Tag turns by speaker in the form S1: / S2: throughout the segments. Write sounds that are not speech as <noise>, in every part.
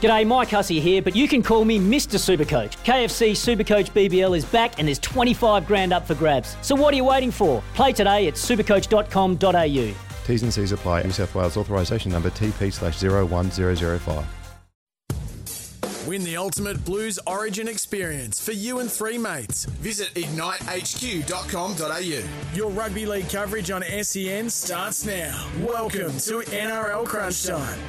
S1: G'day, Mike Hussey here, but you can call me Mr. Supercoach. KFC Supercoach BBL is back and there's 25 grand up for grabs. So what are you waiting for? Play today at supercoach.com.au.
S2: T's and C's apply. New South Wales authorisation number TP slash 01005.
S3: Win the ultimate blues origin experience for you and three mates.
S4: Visit ignitehq.com.au.
S3: Your rugby league coverage on
S5: E
S3: SEN starts now. Welcome to NRL Crunch Time.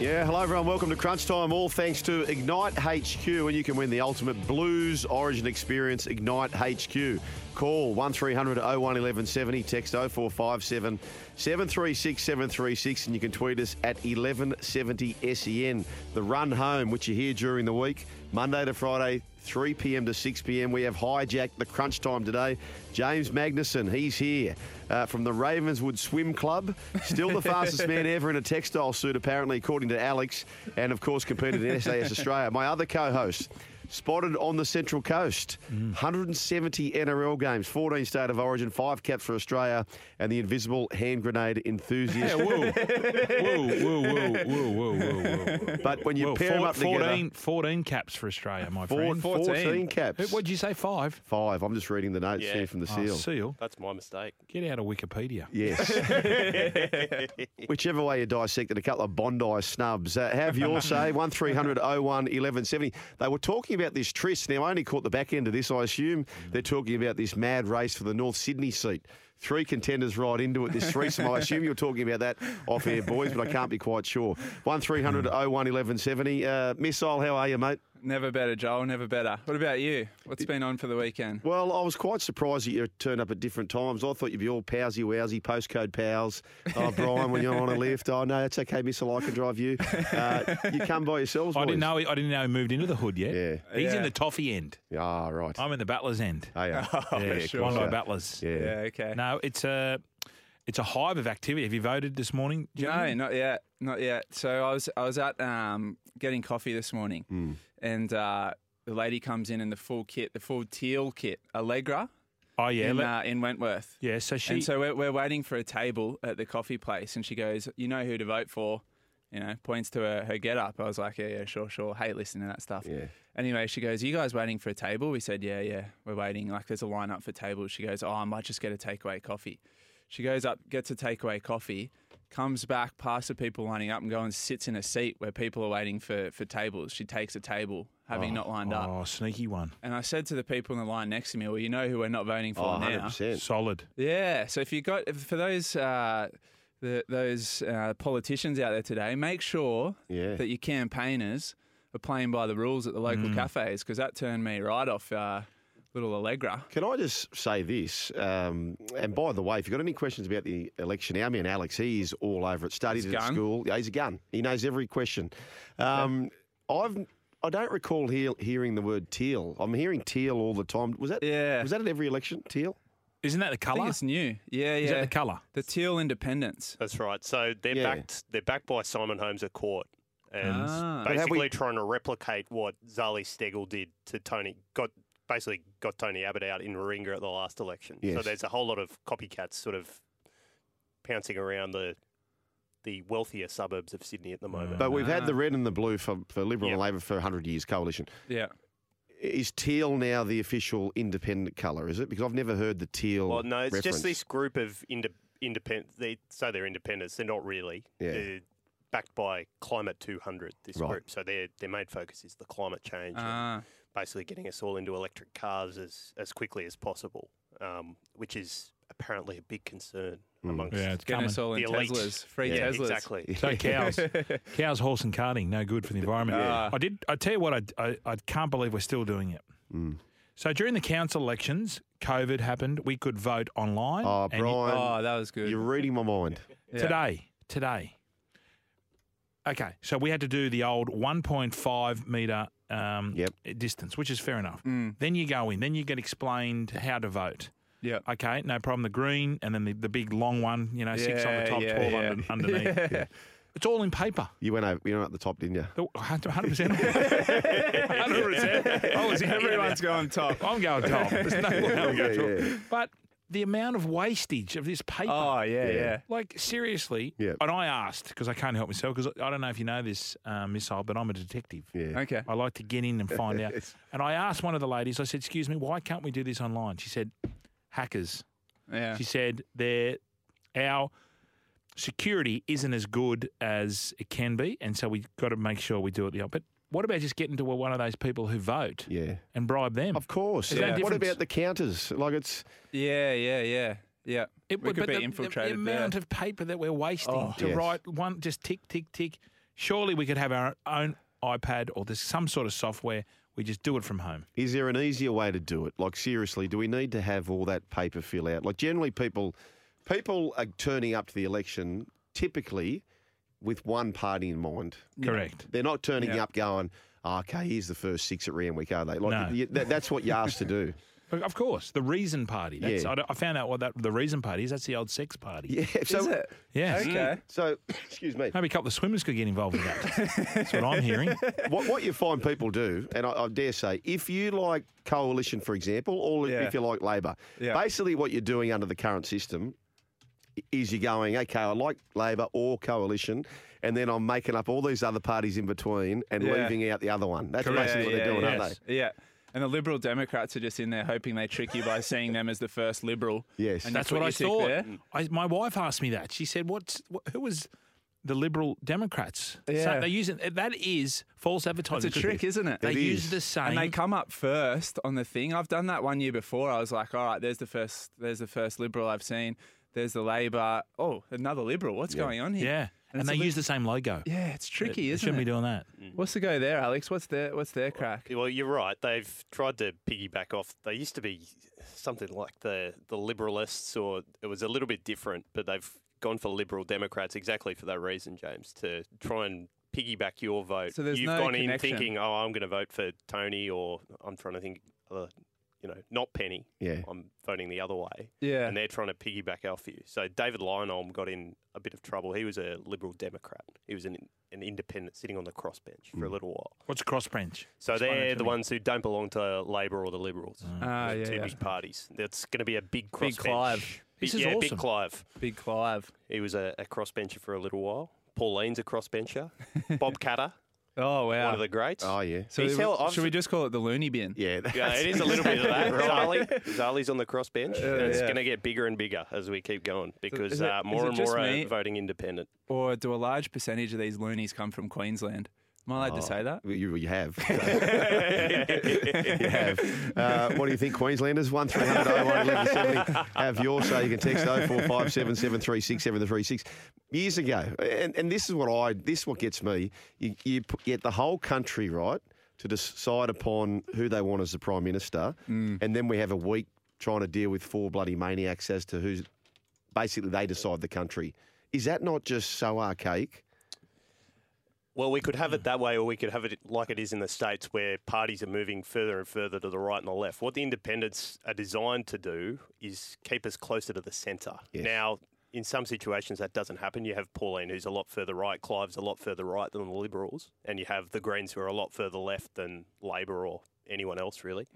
S6: Yeah, hello everyone. Welcome to Crunch Time. All thanks to Ignite HQ, and you can win the ultimate blues origin experience. Ignite HQ. Call 1300 01 1170, text 0457 736 736, and you can tweet us at 1170 SEN. E The run home, which you hear during the week, Monday to Friday, 3 p.m. to 6 p.m. We have hijacked the crunch time today. James Magnuson, he's here uh, from the Ravenswood Swim Club. Still the fastest man ever in a textile suit, apparently, according to Alex, and of course competed
S7: <laughs>
S6: in SAS Australia. My other co host, spotted on the Central Coast,
S7: Mm.
S6: 170 NRL games, 14 State of Origin, 5 caps for Australia, and the invisible hand grenade enthusiast. <laughs>
S7: whoa, whoa, whoa, whoa, whoa, whoa, whoa.
S6: But when you
S7: Whoa,
S6: pair 'em
S7: four-
S6: up together-
S7: 14, 14 caps for Australia, my
S6: Four-
S7: friend.
S6: 14 caps.
S7: Who- What'd you say, five?
S6: Five. I'm just reading the notes here from the
S7: Oh,
S6: seal.
S7: seal.
S8: That's my mistake.
S7: Get out of Wikipedia.
S6: <laughs>
S7: <laughs>
S6: Yes. <laughs> Whichever way you dissect it, a couple of Bondi snubs. Uh, have your say, 1300 01 1170. They were talking about this tryst. Now, I only caught the back end of this, I assume. They're talking about this mad race for the North Sydney seat. Three contenders right into it. This threesome. I assume you were talking about that off air, boys, but I can't be quite sure. 1300 01 1170. Uh, Missile, how are you, mate?
S9: Never better, Joel. Never better. What about you? What's been on for the weekend?
S6: Well, I was quite surprised that you turned up at different times. I thought you'd be all powsy wowsy, postcode pals. Oh, Brian, when you're on a lift. Oh, no, that's okay, Miss I can drive you. Uh, you come by
S9: <laughs>
S6: yourselves,
S7: I
S6: boys.
S7: didn't know. He, I didn't know he moved into the hood yet.
S6: Yeah.
S7: He's in
S9: Yeah.
S7: the toffee end.
S6: Ah, right.
S7: I'm in the battlers end.
S6: Oh, <laughs> yeah.
S7: <laughs> yeah,
S6: sure.
S7: Bondi
S6: Yeah.
S7: battlers.
S6: yeah.
S9: Yeah, okay.
S7: No, it's a it's a hive of activity. Have you voted this morning?
S9: No, not yet. Not yet. So I was I was out um, getting coffee this morning,
S7: Hmm.
S9: and uh, the lady comes in in the full kit, the full teal kit, Allegra
S7: Oh yeah,
S9: in,
S7: let-
S9: uh, in Wentworth.
S7: yeah. So she.
S9: And so we're, we're waiting for a table at the coffee place, and she goes, "You know who to vote for." You know, points to her, her get up. I was like, yeah, yeah, sure, sure. Hate listening to that stuff.
S6: Yeah.
S9: Anyway, she goes, Are you guys waiting for a table? We said, Yeah, yeah, we're waiting. Like, there's a line up for tables. She goes, Oh, I might just get a takeaway coffee. She goes up, gets a takeaway coffee, comes back past the people lining up and goes and sits in a seat where people are waiting for, for tables. She takes a table, having not lined up.
S7: oh, sneaky one.
S9: And I said to the people in the line next to me, Well, you know who we're not voting for
S6: Oh,
S9: now.
S6: 100%.
S7: Solid.
S9: Yeah. So if you got if- for those uh, the, those uh, politicians out there today, make sure
S6: Yeah. Mm.
S9: that your campaigners are playing by the rules at the local cafes because that turned me right off. Uh, little Allegra.
S6: Can I just say this? Um, and by the way, if you've got any questions about the election, our man Alex, he is all over it. Studied
S9: He's a
S6: at
S9: gun.
S6: school. Yeah, he's a gun. He knows every question. Um, I've. I don't recall he- hearing the word teal. I'm hearing teal all the time. Was that
S9: Yeah.
S6: Was that at every election? Teal.
S7: Isn't that the
S9: I think
S7: colour?
S9: it's new. Yeah, yeah.
S7: Is that the colour?
S9: The teal independence.
S8: That's right. So they're
S6: Yeah.
S8: backed. They're backed by Simon Holmes at court, and
S9: Ah.
S6: But have we-
S8: basically trying to replicate what Zali Stegel did to Tony. Got basically got Tony Abbott out in Warringah at the last election. So
S6: Yes.
S8: there's a whole lot of copycats sort of pouncing around the the wealthier suburbs of Sydney at the moment.
S6: But we've had
S9: Ah.
S6: the red and the blue for, for Liberal and
S8: Yep.
S6: Labor for 100 years coalition.
S9: Yeah.
S6: Is teal now the official independent colour, is it? Because I've never heard the teal.
S8: Well, Oh, no, it's
S6: reference.
S8: just this group of inde- independent. They say they're independents. They're not really.
S6: Yeah.
S8: They're backed by Climate 200. This
S6: Right.
S8: group. So their their main focus is the climate change. and
S9: Ah.
S8: basically getting us all into electric cars as as quickly as possible, um, which is apparently a big concern
S6: Hmm.
S8: amongst.
S7: Yeah, it's
S9: Getting
S7: coming.
S9: us all in
S8: The elite.
S9: Teslas. Free
S8: Yeah,
S9: Teslas. <laughs>
S8: exactly.
S7: So
S6: <laughs>
S7: cows, cows, horse, and carting, no good for the environment.
S9: Yeah.
S7: I did. I tell you what, I, I, I can't believe we're still doing it. So during the council elections, COVID happened. We could vote online.
S6: Oh,
S7: and you-
S6: Brian,
S9: Oh, that was good.
S6: you're reading my mind.
S7: <laughs>
S9: Yeah.
S7: today, today. Okay, so we had to do the old 1.5 meter um,
S6: Yep.
S7: distance, which is fair enough.
S9: Mm.
S7: Then you go in. Then you get explained how to vote.
S9: Yeah.
S7: Okay, no problem. The green and then the, the big long one, you know, six on the
S9: Yeah,
S7: top,
S9: yeah,
S7: 12
S9: yeah.
S7: under, underneath.
S9: <laughs>
S7: It's all in paper.
S6: You went over, you went up the top, didn't you?
S7: Oh,
S9: <laughs>
S7: 100%. 100%. I was in
S9: Everyone's going top.
S7: I'm going
S6: <laughs>
S7: top. <laughs> There's no way I'm going
S6: Yeah,
S7: top.
S6: yeah.
S7: But the amount of wastage of this paper.
S9: Oh yeah, yeah.
S7: Like seriously,
S6: Yeah.
S7: and I asked because I can't help myself because I don't know if you know this uh, missile, but I'm a detective.
S6: Yeah.
S9: Okay.
S7: I like to get in and
S6: <laughs>
S7: find out.
S6: Yes.
S7: And I asked one of the ladies. I said, "Excuse me, why can't we do this online?" She said, "Hackers."
S9: Yeah.
S7: She said, "They're our security isn't as good as it can be, and so we got to make sure we do it the op." But what about just getting to one of those people who vote
S6: Yeah.
S7: and bribe them?
S6: Of course.
S7: There's no
S6: What
S7: difference.
S6: about the counters? Like it's
S9: Yeah, yeah, yeah. Yeah.
S7: It
S9: we
S7: would
S9: could
S7: but
S9: be
S7: the-
S9: infiltrated
S7: The,
S9: there.
S7: amount of paper that we're wasting
S9: Oh.
S7: to
S6: Yes.
S7: write one, just tick, tick, tick. Surely we could have our own iPad or there's some sort of software. We just do it from home.
S6: Is there an easier way to do it? Like seriously, do we need to have all that paper fill out? Like generally, people people are turning up to the election typically with one party in mind.
S7: Correct.
S6: They're not turning
S9: Yeah.
S6: up going, "Oh, okay, here's the first six at Randwick, are they? Like
S7: No.
S6: you, that, that's what you're asked to do.
S7: But <laughs> Of course, the Reason Party. That's,
S6: Yeah.
S7: I, don't- I found out what that the Reason Party is. That's the old sex party.
S6: Yeah. So
S9: Is it?
S7: Yes.
S9: Okay.
S6: so <coughs> excuse me.
S7: Maybe a couple of swimmers could get involved in
S9: <laughs>
S7: that. That's what I'm hearing.
S6: <laughs> What, what you find people do, and I, I dare say, if you like coalition, for example, or
S9: Yeah.
S6: if you like Labor,
S9: Yeah.
S6: basically what you're doing under the current system is you're going, okay, I like Labor or coalition, and then I'm making up all these other parties in between and
S9: Yeah.
S6: leaving out the other one. That's
S9: Correct.
S6: basically what
S9: Yeah,
S6: they're doing,
S9: yeah,
S6: aren't
S7: yes.
S6: they?
S9: Yeah. And the Liberal Democrats are just in there hoping they trick you by seeing them as the first Liberal.
S6: Yes.
S9: And
S7: That's what I
S9: you tick
S7: thought.
S9: there.
S7: I, my wife asked me that. She said, "What's wh- who was the Liberal Democrats?
S9: Yeah.
S7: So they using that is false advertising.
S9: It's a trick, isn't it?
S7: They
S6: It
S7: use
S6: is.
S7: the same.
S9: And they come up first on the thing. I've done that one year before. I was like, all right, there's the first, there's the first Liberal I've seen. There's the Labor. Oh, another Liberal. What's going on here?
S7: Yeah, and,
S9: it's
S7: they
S9: a bit-
S7: use the same logo.
S9: Yeah, it's tricky,
S7: They
S9: isn't
S7: shouldn't
S9: it?
S7: be doing that.
S6: Mm.
S9: What's the go there, Alex? What's their what's their crack?
S8: Well, you're right. They've tried to piggyback off. They used to be something like the the liberalists, or it was a little bit different, but they've gone for liberal Democrats exactly for that reason, James, to try and piggyback your vote.
S9: So there's
S8: You've
S9: no
S8: gone in
S9: connection.
S8: thinking, oh, I'm going to vote for Tony, or I'm trying to think, uh, you know, not Penny.
S6: Yeah.
S8: I'm voting the other way.
S9: Yeah.
S8: And they're trying to piggyback off you. So David Lionelm got in a bit of trouble. He was a liberal Democrat. He was an an independent sitting on the crossbench for a little while.
S7: What's crossbench?
S8: So
S7: Explain it
S8: they're
S7: to
S8: the
S7: me. <laughs>
S8: ones who don't belong to Labor or the Liberals.
S9: Ah,
S8: Those are
S9: yeah,
S8: two
S9: yeah.
S8: big parties. That's going to be a big crossbench.
S9: Big Clive.
S7: This is
S8: yeah,
S7: awesome.
S8: Big Clive.
S9: Big Clive.
S8: He was a, a crossbencher for a little while. Pauline's a
S9: <laughs>
S8: crossbencher. Bob Catter,
S9: Oh wow.
S8: one of the greats.
S6: Oh, yeah.
S9: so
S8: He's
S9: we-
S8: held- I've-
S9: should we just call it the loony bin?
S6: Yeah. That's,
S8: yeah, it is
S6: <laughs>
S8: a little
S9: <laughs>
S8: bit of that. Zali, Zali's on the crossbench. and it's going to get bigger and bigger as we keep going
S9: is
S8: because
S9: it-
S8: uh, more
S9: is it
S8: and
S9: just
S8: more
S9: me?
S8: are voting independent.
S9: Or do a large percentage of these loonies come from Queensland? Am I allowed to say that?
S6: Oh. You, you
S9: <laughs>
S6: have. <laughs> you have. Uh, what do you think, Queenslanders? 1300 01170. Have your say. You can text 0457 736 736. Years ago, and, and this is what I, this is what gets me. You, you p- get the whole country, right, to decide upon who they want as the Prime Minister. And then we have a week trying to deal with four bloody maniacs as to who's, basically they decide the country. Is that not just so archaic?
S8: Well, we could have it that way, or we could have it like it is in the States where parties are moving further and further to the right and the left. What the independents are designed to do is keep us closer to the centre.
S6: Yes.
S8: Now, in some situations, that doesn't happen. You have Pauline, who's a lot further right, Clive's a lot further right than the Liberals, and you have the Greens, who are a lot further left than Labor or anyone else, really.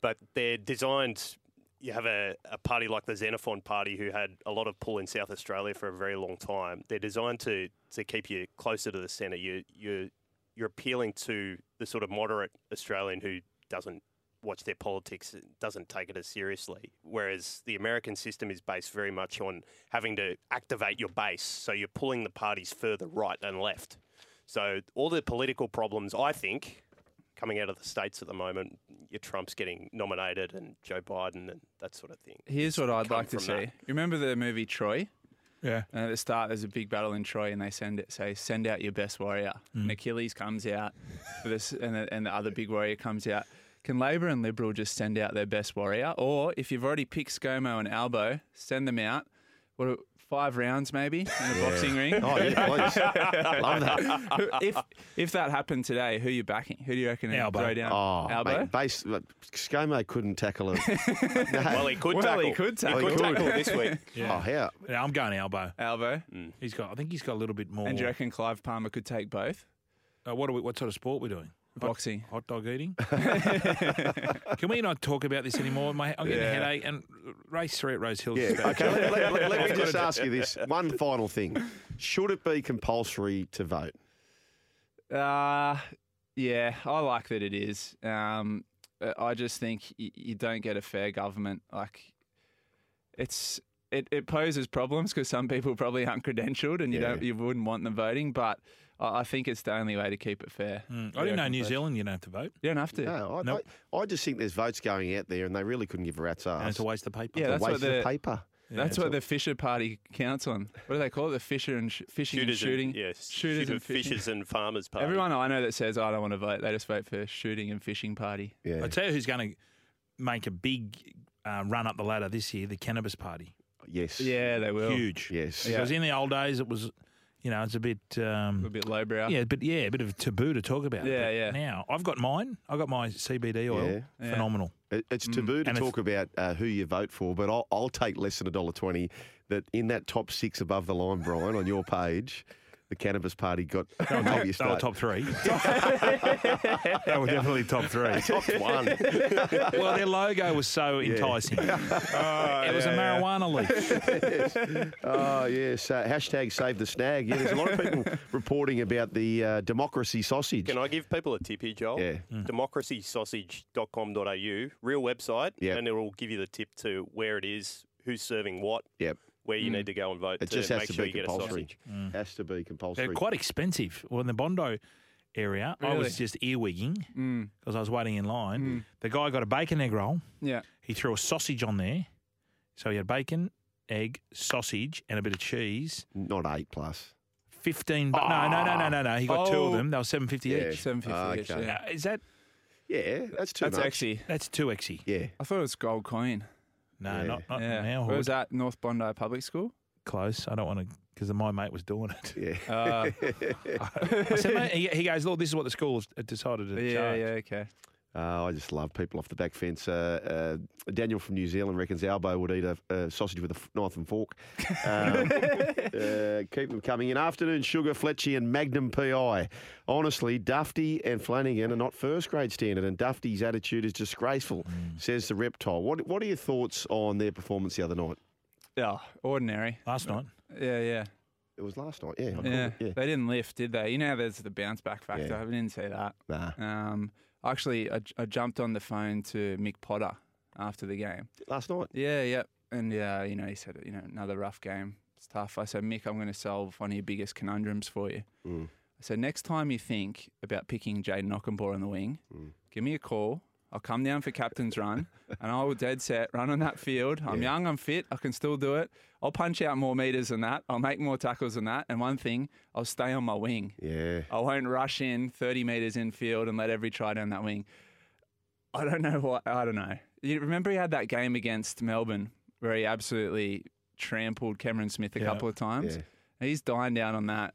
S8: But they're designed. You have a, a party like the Xenophon Party, who had a lot of pull in South Australia for a very long time. They're designed to to keep you closer to the centre. You you you're appealing to the sort of moderate Australian who doesn't watch their politics, doesn't take it as seriously. Whereas the American system is based very much on having to activate your base, so you're pulling the parties further right and left. So all the political problems, I think, coming out of the states at the moment, your Trump's getting nominated and Joe Biden and that sort of thing.
S9: Here's what I'd
S8: come
S9: like to
S8: from
S9: see.
S8: that.
S9: You remember the movie Troy?
S7: Yeah.
S9: And at the start, there's a big battle in Troy, and they send it say send out your best warrior.
S6: Mm.
S9: And Achilles comes out, for this, and the, and the other big warrior comes out. Can Labor and Liberal just send out their best warrior, or if you've already picked ScoMo and Albo, send them out? What do- five rounds maybe in a boxing ring.
S6: Oh, yeah, please. Love that.
S9: <laughs> Who- if if that happened today, who you backing? Who do you reckon?
S7: Elbow.
S9: Throw down
S6: Oh,
S9: elbow.
S6: mate, base, look, ScoMo couldn't
S9: <laughs>
S6: tackle him.
S8: Well, he could
S9: Well,
S8: tackle.
S9: he could tackle.
S8: He could
S9: He could.
S8: tackle this week. Mm.
S6: Oh, how?
S7: <laughs> Yeah, I'm going elbow.
S9: Elbow.
S7: He's got. I think he's got a little bit more.
S9: And do you reckon Clive Palmer could take both?
S7: Uh, what are we, what sort of sport we doing? Hot-
S9: Boxing.
S7: hot dog
S9: <laughs>
S7: eating. Can we not talk about this anymore? My, I'm getting a
S9: Yeah.
S7: headache. And race three at Rose Hill.
S6: Yeah. Okay. let, let- let- let me just ask you this one final thing: Should it be compulsory to vote?
S9: Uh, yeah, I like that it is. Um, uh, I just think y- you don't get a fair government. Like, it's it, it poses problems because some people <laughs> probably aren't credentialed and you
S6: Yeah.
S9: don't you wouldn't want them voting. But I, I think it's the only way to keep it fair.
S7: Mm, I didn't know New Zealand. You don't have to vote.
S9: You don't have to.
S6: No, I,
S7: Nope.
S6: I, I just think there's votes going out there, and they really couldn't give a rat's
S7: And it's
S6: ass.
S7: a waste of paper.
S9: Yeah,
S6: It's a
S9: that's what
S6: waste of
S9: the-
S6: paper.
S9: That's what the Fisher Party counts on. What do they call it? The Fisher and sh- fishing
S8: Shooters
S9: and shooting.
S8: And, yes.
S9: Shooters
S8: shooter-
S9: and fishing.
S8: fishers
S9: <laughs>
S8: and farmers. Party.
S9: Everyone I know that says I don't want to vote, they just vote for shooting and fishing party.
S6: Yeah.
S7: I tell you who's going to make a big uh, run up the ladder this year: the cannabis party.
S6: Yes.
S9: Yeah, they will.
S7: Huge.
S6: Yes.
S7: Because in the old days, it was, you know, it's a bit. Um,
S9: A bit lowbrow.
S7: Yeah, but yeah, a bit of a taboo to talk about.
S9: Yeah,
S7: But
S9: yeah.
S7: Now I've got mine. I got my CBD oil.
S9: Yeah. Mm.
S7: Phenomenal.
S6: It, it's taboo to
S7: And if-
S9: <laughs>
S6: talk about uh, who you vote for, but I'll, I'll take less than a dollar twenty that in that top six above the line, Brian, on your page, the Cannabis Party got maybe a
S7: They were
S6: start.
S7: top
S6: <laughs>
S7: three. they were definitely top three.
S6: top one.
S7: <laughs> Well, their logo was so
S6: <laughs>
S7: enticing. it was a marijuana leaf.
S6: <laughs> Oh yes, uh, hashtag save the snag. Yeah, there's a lot of
S7: <laughs>
S6: people reporting about the uh, democracy sausage.
S8: Can I give people a tip here, Joel?
S6: Yeah.
S9: Mm.
S8: Democracysausage.com.au, real website,
S6: Yep.
S8: and it will give you the tip to where it is, who's serving what,
S6: Yep,
S8: where
S9: Mm.
S8: you need to go and vote
S6: it
S8: to
S6: just has
S8: make
S6: to
S8: sure
S6: be
S8: you get a
S6: compulsory.
S8: sausage.
S7: Mm.
S6: Has to be
S7: They're
S6: compulsory.
S7: quite expensive. Well, in the Bondo area, I
S9: Really?
S7: was just earwigging
S9: Mm,
S7: because I was waiting in line. The guy got a bacon egg roll.
S9: Yeah.
S7: He threw a sausage on there. So he had bacon, egg, sausage, and a bit of cheese.
S6: Not eight plus.
S7: Fifteen. Bu- No, no, no, no, no, no. He got two of
S9: Oh.
S7: them. They were seven fifty
S6: Yeah.
S7: each.
S9: Seven fifty.
S6: Okay.
S9: Yeah.
S7: Uh, is that
S6: Yeah, that's too
S9: Ah, That's
S6: much.
S9: actually.
S7: that's two exy?
S6: yeah.
S9: I thought it was gold coin.
S7: No,
S6: Yeah.
S7: not, not
S9: yeah.
S7: now.
S9: Where was
S7: Horde.
S9: that? North Bondi Public School.
S7: Close. I don't want to because my mate was doing it.
S6: Yeah.
S9: Uh,
S7: I said, mate, he, he goes, look, this is what the school has uh, decided to
S9: yeah.
S7: charge.
S9: Yeah. Okay.
S6: Uh, I just love people off the back fence. Uh, uh, Daniel from New Zealand reckons Albo would eat a, a sausage with a f- knife and
S9: <laughs>
S6: fork. Um, uh, keep them coming in. Afternoon Sugar, Fletchy, and Magnum PI. Honestly, Dufty and Flanagan are not first grade standard, and Dufty's attitude is disgraceful,
S9: Mm.
S6: says the reptile. What What are your thoughts on their performance the other night?
S9: Oh, ordinary.
S7: Last night,
S9: Yeah. Yeah.
S6: It was last night, yeah. I called
S9: Yeah.
S6: it, yeah.
S9: They didn't lift, did they? You know, there's the bounce back factor.
S6: Yeah.
S9: I didn't see that.
S6: Nah.
S9: Um, actually, I, j- I jumped on the phone to Mick Potter after the game.
S6: Last night.
S9: Yeah, yeah. And, uh, you know, he said, you know, another rough game. It's tough. I said, Mick, I'm going to solve one of your biggest conundrums for you. I said, Mm. next time you think about picking Jaden Ockenbaugh on the wing,
S7: Mm.
S9: give me a call. I'll come down for
S7: <laughs>
S9: captain's run and I will dead set run on that field. I'm young, I'm fit, I can still do it. I'll punch out more meters than that. I'll make more tackles than that. And one thing, I'll stay on my wing.
S6: Yeah.
S9: I won't rush in 30 metres in field and let every try down that wing. I don't know what, I don't know. You remember he had that game against Melbourne where he absolutely trampled Cameron Smith a
S7: Yeah.
S9: couple of times? He's dying down on that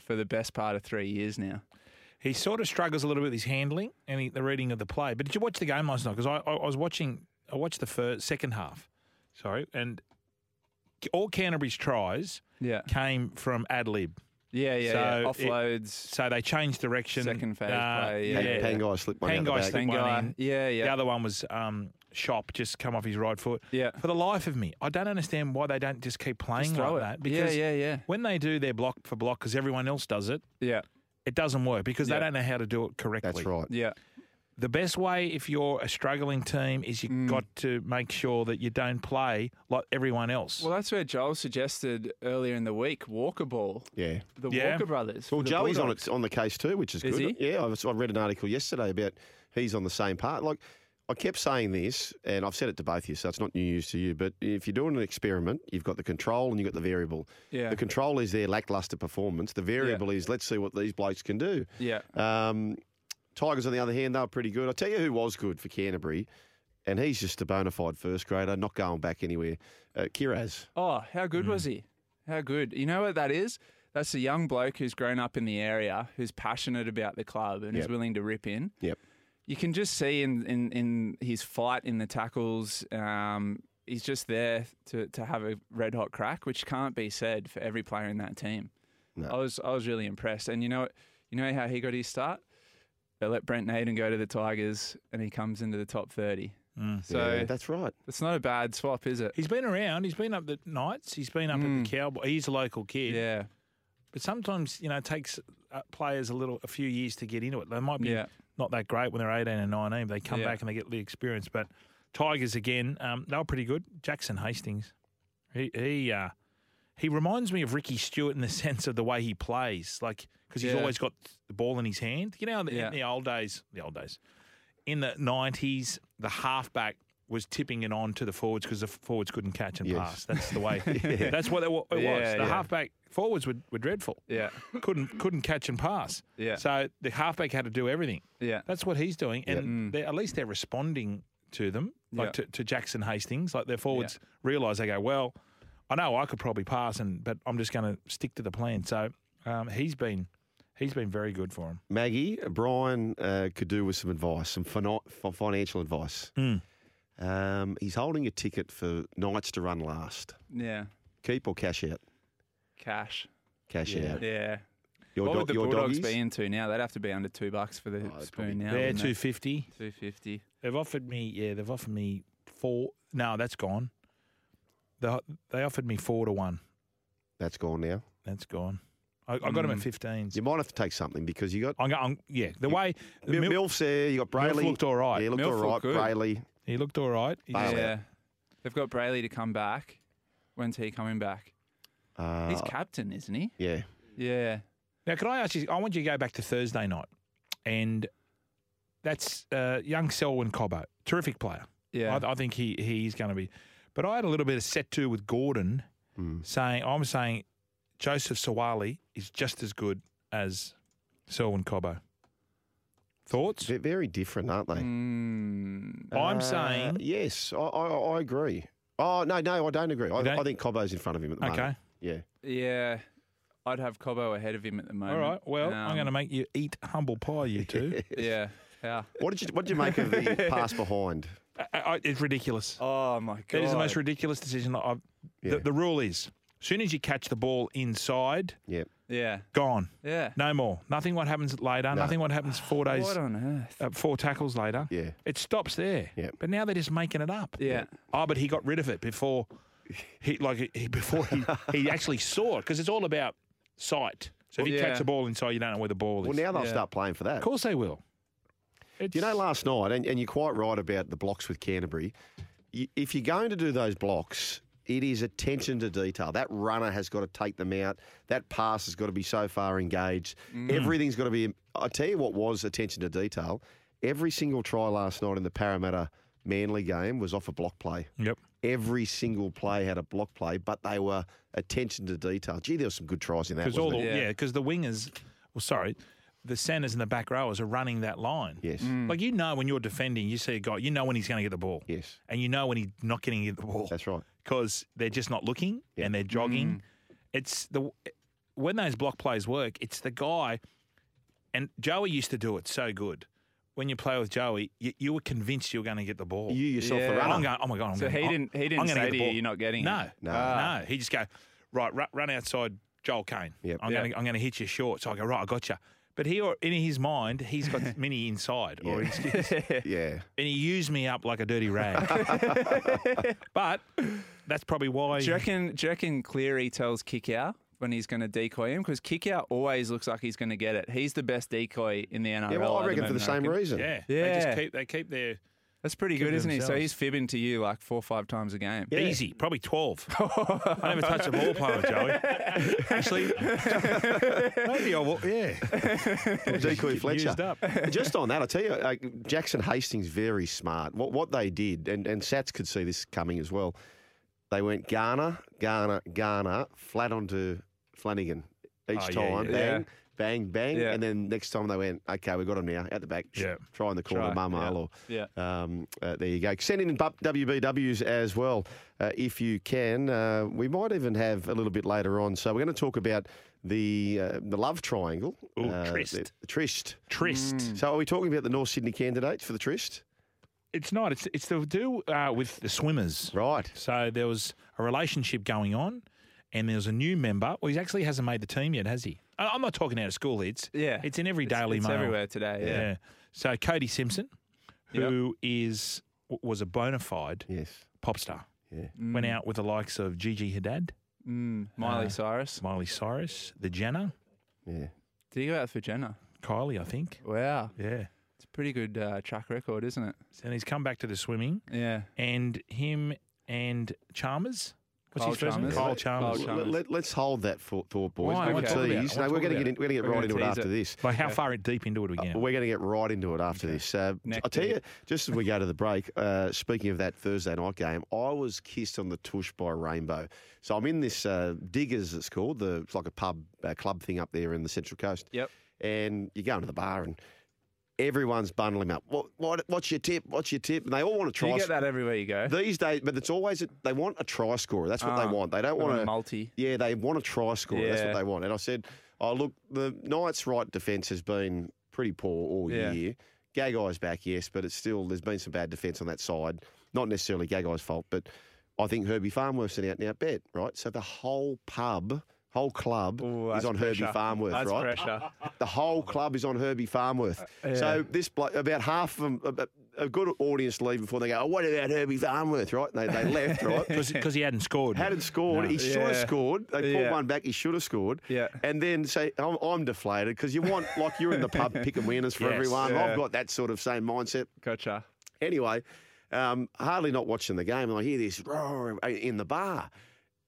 S9: for the best part of three years now.
S7: he sort of struggles a little bit with his handling and he, the reading of the play. But did you watch the game last night? Because I, I, I was watching, I watched the first, second half, sorry, and all Canterbury's tries
S9: Yeah.
S7: came from ad lib.
S9: Yeah, yeah,
S7: So
S9: yeah.
S7: it-
S9: Offloads.
S7: So they changed direction.
S9: Second phase play,
S6: Hey,
S9: yeah.
S7: yeah.
S6: Pangai slipped one out the
S7: Pangai
S6: back.
S7: slipped
S9: Thank
S7: one
S9: God.
S7: in.
S9: Yeah, yeah.
S7: The other one was um, Shop just come off his right foot.
S9: Yeah.
S7: For the life of me, I don't understand why they don't just keep playing
S9: Just throw
S7: like
S9: it.
S7: that.
S9: Yeah,
S7: Because
S9: yeah, yeah.
S7: when they do their block for block, because everyone else does it,
S9: yeah,
S7: it doesn't work because
S9: Yeah.
S7: they don't know how to do it correctly.
S6: That's right.
S9: yeah.
S7: The best way if you're a struggling team is
S9: Mm.
S7: you got to make sure that you don't play like everyone else.
S9: Well, that's where Joel suggested earlier in the week Walker Ball,
S6: Yeah.
S9: the
S7: Yeah.
S9: Walker brothers.
S6: Well,
S9: for the
S6: Joey's on
S9: Bulldogs.
S6: it on the case too, which is,
S9: Is
S6: good.
S9: he?
S6: Yeah, I, was, I read an article yesterday about he's on the same part. Like I kept saying this, and I've said it to both of you, so it's not new news to you. But if you're doing an experiment, you've got the control and you've got the variable.
S9: Yeah.
S6: The control is their lackluster performance. The variable is let's see what these blokes can do.
S9: Yeah.
S6: Um, Tigers, on the other hand, they were pretty good. I tell you who was good for Canterbury, and he's just a bona fide first grader, not going back anywhere. Uh, Kiraz.
S9: Oh, how good was he? How good. You know what that is? That's a young bloke who's grown up in the area, who's passionate about the club and is
S2: Yep.
S9: willing to rip in.
S2: Yep.
S9: You can just see in, in, in his fight in the tackles, um, he's just there to, to have a red hot crack, which can't be said for every player in that team.
S2: No.
S9: I was I was really impressed. And you know you know how he got his start? They let Brent Naden go to the Tigers and he comes into the top thirty. So
S6: Yeah, that's right.
S9: it's not a bad swap, is it?
S7: He's been around. He's been up the Knights. He's been up at the Cowboy. He's a local kid.
S9: Hmm. Yeah.
S7: But sometimes, you know, it takes uh, players a little, a few years to get into it. They might be
S9: Yeah.
S7: not that great when they're 18 and 19. But they come
S9: Yeah.
S7: back and they get the experience. But Tigers, again, um, they were pretty good. Jackson Hastings. He, he, uh, he reminds me of Ricky Stewart in the <laughs> sense of the way he plays, like because he's
S9: Yeah.
S7: always got the ball in his hand. You know, in the-
S9: Yeah.
S7: in the old days, the old days, in the nineties, the halfback was tipping it on to the forwards because the forwards couldn't catch and
S6: Yes.
S7: pass. That's the
S9: <laughs>
S7: way. <laughs> That's what it wa- it was.
S9: Yeah,
S7: The
S9: yeah.
S7: halfback forwards were, were dreadful.
S9: Yeah.
S7: <laughs> couldn't couldn't catch and pass.
S9: Yeah.
S7: So the halfback had to do everything.
S9: Yeah. Mm.
S7: That's what he's doing, and they're at least they're responding to them, like
S9: Yeah.
S7: to, to Jackson Hastings. Like their forwards realise they go, well, I know I could probably pass, and but I'm just going to stick to the plan. So um, he's been he's been very good for him.
S6: Maggie, Brian uh, could do with some advice, some fin- fi- financial advice.
S7: Hmm.
S6: Um, he's holding a ticket for nights to run last.
S9: Yeah.
S6: Keep or cash out?
S9: Cash.
S6: Cash out.
S9: Yeah.
S6: Your,
S9: what
S6: do-
S9: would the
S6: your
S9: Bulldogs
S6: doggies?
S9: be into now? They'd have to be under two bucks for the
S6: Oh, it's probably-
S9: spoon now.
S7: They're
S9: wouldn't
S7: two
S9: they?
S7: fifty.
S9: 250.
S7: They've offered me yeah, they've offered me four. No, that's gone. They they offered me four to one.
S6: That's gone now. Hmm.
S7: That's gone. I, I got them at
S9: Mm.
S7: fifteens.
S6: You might have to take something because you got
S7: I'm, go- I'm, yeah, the way
S6: Mil-
S7: Mil-
S6: Milf's there. You got Brayley.
S7: looked all right.
S6: Yeah, looked
S9: Milf
S6: all right.
S9: looked good.
S6: Brayley.
S7: he looked all right. He's-
S6: Bailey.
S9: Yeah. They've got Brayley to come back. When's he coming back?
S6: Uh,
S7: Ah.
S9: He's captain, isn't he?
S6: yeah.
S9: Yeah.
S7: Now, can I ask you? I want you to go back to Thursday night, and that's uh, young Selwyn Cobbo, terrific player.
S9: Yeah.
S7: I, I think he he's going to be. But I had a little bit of set to with Gordon,
S6: Hmm.
S7: saying I'm saying Joseph Sawali is just as good as Selwyn Cobbo. Thoughts?
S6: They're very different, aren't they?
S9: Mm,
S7: I'm
S6: Uh,
S7: saying
S6: Yes, I, I, I agree. Oh, no, no, I don't agree. I,
S7: don't?
S6: I think Cobbo's in front of him at the
S7: okay.
S6: moment. Yeah.
S9: yeah. I'd have Cobbo ahead of him at the
S7: All
S9: moment.
S7: right. Well, I'm
S9: Um,
S7: going to make you eat humble pie, you
S6: <laughs>
S7: two.
S9: Yeah. Yeah.
S6: What did you What did you make
S7: <laughs>
S6: of the pass behind?
S7: I, I, it's ridiculous.
S9: Oh, my God.
S7: That is the most ridiculous decision. I've,
S6: Yeah.
S7: the, the rule is, as soon as you catch the ball inside,
S6: Yeah.
S9: Yeah.
S7: gone.
S9: Yeah.
S7: No more. Nothing what happens later. Nothing what happens four days,
S9: What on earth?
S7: uh, four tackles later.
S6: Yeah.
S7: It stops there.
S6: Yeah.
S7: But now they're just making it up.
S9: Yeah.
S7: Oh, but he got rid of it before he like he, before he,
S6: <laughs>
S7: he actually saw it because it's all about sight. So if you
S9: Yeah.
S7: catch the ball inside, you don't know where the ball is.
S6: Well, now they'll
S9: Yeah.
S6: start playing for that.
S7: of course they will.
S6: You know, last night, and, and you're quite right about the blocks with Canterbury. You, if you're going to do those blocks, it is attention to detail. That runner has got to take them out. That pass has got to be so far engaged.
S7: Mm.
S6: Everything's got to be. I tell you what was attention to detail. Every single try last night in the Parramatta Manly game was off a block play.
S7: Yep.
S6: Every single play had a block play, but they were attention to detail. Gee, there were some good tries in that.
S7: Because all
S6: Wasn't
S7: the,
S6: there?
S9: it? Yeah.
S7: yeah, because the wingers, well, sorry, the centers and the back rowers are running that line.
S6: Yes.
S9: Mm.
S7: Like you know when you're defending, you see a guy, you know when he's going to get the ball.
S6: Yes.
S7: And you know when he's not getting the ball.
S6: That's right.
S7: Because they're just not looking and they're
S9: Mm.
S7: jogging. It's the when those block plays work, it's the guy. And Joey used to do it so good. When you play with Joey, you, you were convinced you were going to get the ball.
S6: You yourself, the
S9: Yeah.
S6: runner.
S7: I'm going, oh my god! I'm
S9: So
S7: gonna,
S9: he
S7: I'm-
S9: didn't- he
S7: I'm
S9: didn't
S7: gonna get
S9: say
S7: the
S9: to you,
S7: ball.
S9: "You're not getting it." Ah.
S7: no,
S6: No.
S7: no. He just go right, run, run outside Joel Kane.
S6: Yep.
S7: I'm
S9: Yeah.
S7: going to I'm going to hit you short. So I go right, I got you. But he or in his mind, he's
S6: <laughs>
S7: got mini inside, or he's,
S6: Yeah.
S7: and he used me up like a dirty
S6: <laughs>
S7: rag. <laughs> but that's probably why.
S9: Do you reckon, do you reckon Cleary tells Kickout when he's going to decoy him? Because Kickout always looks like he's going to get it. He's the best decoy in the NRL.
S6: Yeah, well,
S9: at
S6: I reckon for the
S9: moment,
S6: same reason.
S7: yeah, they
S9: Yeah.
S7: just keep they keep their
S9: That's pretty
S7: Give
S9: good, isn't he? So
S7: themselves.
S9: he's fibbing to you like four or five times a game.
S6: Yeah.
S7: easy, probably
S9: <laughs>
S7: twelve. I never touch a ball playing with Joey.
S6: <laughs>
S7: Actually, maybe I will. Yeah,
S6: decoy Fletcher.
S7: used up.
S6: <laughs> Just on that, I tell you, uh, Jackson Hastings very smart. What what they did, and and Sats could see this coming as well. They went Garner, Garner, Garner, flat onto Flanagan each
S7: Oh, yeah,
S6: time.
S7: yeah.
S6: Bang, bang, bang.
S9: Yeah.
S6: And then next time they went, okay, we got them now, out the back.
S7: Yeah.
S6: Try in the corner,
S9: Try,
S6: mum,
S9: yeah.
S6: or
S9: Yeah.
S6: Um, uh, there you go. Send in bu- WBWs as well uh, if you can. Uh, we might even have a little bit later on. So we're going to talk about the uh, the love triangle.
S7: Ooh,
S6: Uh,
S7: tryst.
S6: the- the Tryst. Mm.
S7: Tryst.
S6: So are we talking about the North Sydney candidates for the tryst?
S7: It's not. It's it's to do uh, with the swimmers.
S6: Right.
S7: So there was a relationship going on, and there's a new member. Well, he actually hasn't made the team yet, has he? I- I'm not talking out of school. It's
S9: Yeah.
S7: It's in every
S9: It's-
S7: Daily
S9: it's
S7: Mail.
S9: everywhere today. Yeah.
S7: So Cody Simpson, who is w was a bona fide
S6: Yes.
S7: pop star,
S6: Yeah.
S7: went out with the likes of Gigi Haddad,
S9: Mm, Miley
S7: Uh,
S9: Cyrus.
S7: Miley Cyrus, the Jenner,
S6: Yeah.
S9: Did you go out for Jenna?
S7: Kylie, I think.
S9: Wow.
S7: Yeah.
S9: It's a pretty good uh, track record, isn't it?
S7: And he's come back to the swimming,
S9: Yeah.
S7: and him and Chalmers. What's
S9: Kyle
S7: his first name?
S9: Chalmers.
S7: Kyle
S9: Kyle
S7: Chalmers.
S9: Chalmers.
S6: Let, us hold that for, thought, boys.
S7: Why?
S6: We
S7: We'll
S6: can
S7: talk about it.
S6: tease.
S7: We'll
S6: No, we're
S7: talk
S6: going to
S7: about
S6: get in,
S7: it.
S6: we're going to get
S9: We're
S6: right
S9: gonna
S6: into it
S9: tease
S6: after
S9: it.
S6: this. Uh,
S7: Like how far deep into it are we getting?
S6: We're going to get right into it after this. Uh,
S9: Neck
S6: I'll tell you,
S9: deep.
S6: just as we go to the break, uh, speaking of that Thursday night game, I was kissed on the tush by Rainbow. So I'm in this uh, Diggers, it's called. The, it's like a pub, uh, club thing up there in the Central Coast.
S9: Yep.
S6: And you go into the bar and everyone's bundling up. What, what, what's your tip? What's your tip? And they all want to
S9: Do
S6: try.
S9: you get that everywhere you go?
S6: These days, but it's always, they want a try scorer. That's what they
S9: Ah,
S6: want. They don't
S9: they
S6: want
S9: want
S6: a
S9: a multi.
S6: Yeah, they want a try scorer. That's what
S9: Yeah.
S6: they want. And I said, oh, look, the Knights' right defence has been pretty poor all
S9: Yeah.
S6: year. Gagai's back, yes, but it's still, there's been some bad defence on that side. Not necessarily Gagai's fault, but I think Herbie Farmworth's an out and out bet, right? So the whole pub, whole club
S9: Ooh,
S6: is
S9: that's
S6: on Herbie
S9: pressure.
S6: Farmworth,
S9: That's
S6: right?
S9: pressure.
S6: The whole club is on Herbie Farmworth. So this bloke, about half of them, about- a good audience leave before they go, oh, what about Herbie Farmworth, right? And they, they
S7: <laughs>
S6: left, right?
S7: Because he hadn't scored.
S6: hadn't scored. He should have
S9: Yeah.
S6: scored. They pulled
S9: Yeah.
S6: one back. He should have scored.
S9: Yeah.
S6: And then say, I'm, I'm deflated because you want, like, you're in the
S9: <laughs>
S6: pub picking winners for
S7: Yes.
S6: everyone.
S9: Yeah.
S6: I've got that sort of same mindset.
S9: Gotcha.
S6: Anyway, um, hardly not watching the game, and I hear this roar in the bar.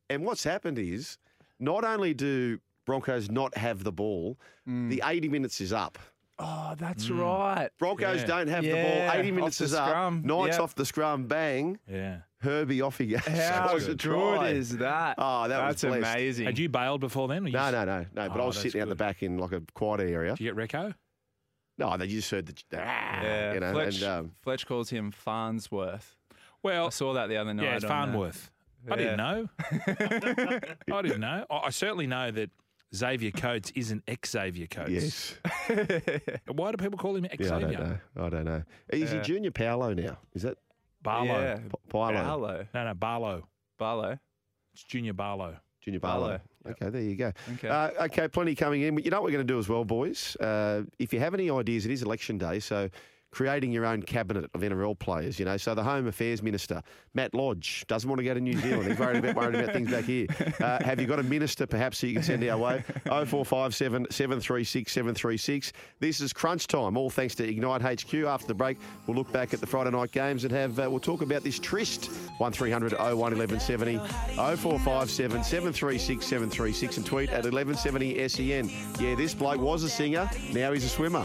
S6: And what's happened is not only do Broncos not have the ball,
S9: Mm.
S6: the 80 minutes is up.
S9: Oh, that's right.
S6: Broncos
S7: Yeah.
S6: don't have the
S9: Yeah,
S6: ball. 80
S9: off
S6: minutes
S9: the
S6: is
S9: scrum.
S6: up. Knights
S9: Yep.
S6: off the scrum. Bang.
S7: Yeah.
S6: Herbie off he goes. <laughs>
S9: How
S6: Scores a
S9: good
S6: try.
S9: is that?
S6: Oh, that was
S9: that's
S6: blessed.
S9: amazing.
S7: Had you bailed before then? or you
S6: No,
S7: just-
S6: no, no, no. But I
S7: Oh,
S6: was
S7: that's
S6: sitting out the
S7: good.
S6: back in like a quiet area.
S7: Did you get Reco?
S6: No, they just heard the ah,
S9: yeah,
S6: you know,
S9: Fletch,
S6: and um,
S9: Fletch calls him Farnsworth. I
S7: Well,
S9: saw that the other night.
S7: yeah, it's
S9: on, uh,
S7: Farnworth. I didn't know.
S9: <laughs>
S7: I didn't know. I, I certainly know that Xavier Coates isn't ex Xavier Coates.
S6: yes,
S7: Why do people call him ex
S6: yeah, I
S7: Xavier?
S6: don't know, I don't know. Is he junior Paolo now? Is that
S7: Barlow.
S9: Yeah,
S6: P- Paolo?
S9: Barlow.
S7: No, no, Barlow.
S9: Barlow.
S7: It's Junior Barlow.
S6: Junior Barlow.
S9: Barlow.
S6: Okay, there you go.
S9: Okay.
S6: Uh, okay, plenty coming in. But you know what we're going to do as well, boys? Uh, if you have any ideas, it is election day, so creating your own cabinet of NRL players, you know. So the Home Affairs Minister, Matt Lodge, doesn't want to go to New Zealand. He's worried about, worried about things back here. Uh, have you got a minister perhaps that you can send our way? 0457 736 736. This is crunch time, all thanks to Ignite HQ. After the break, we'll look back at the Friday night games and have uh, we'll talk about this tryst. 1300 01 1170 0457 736 736 and tweet at 1170 SEN. E Yeah, this bloke was a singer, now he's a swimmer.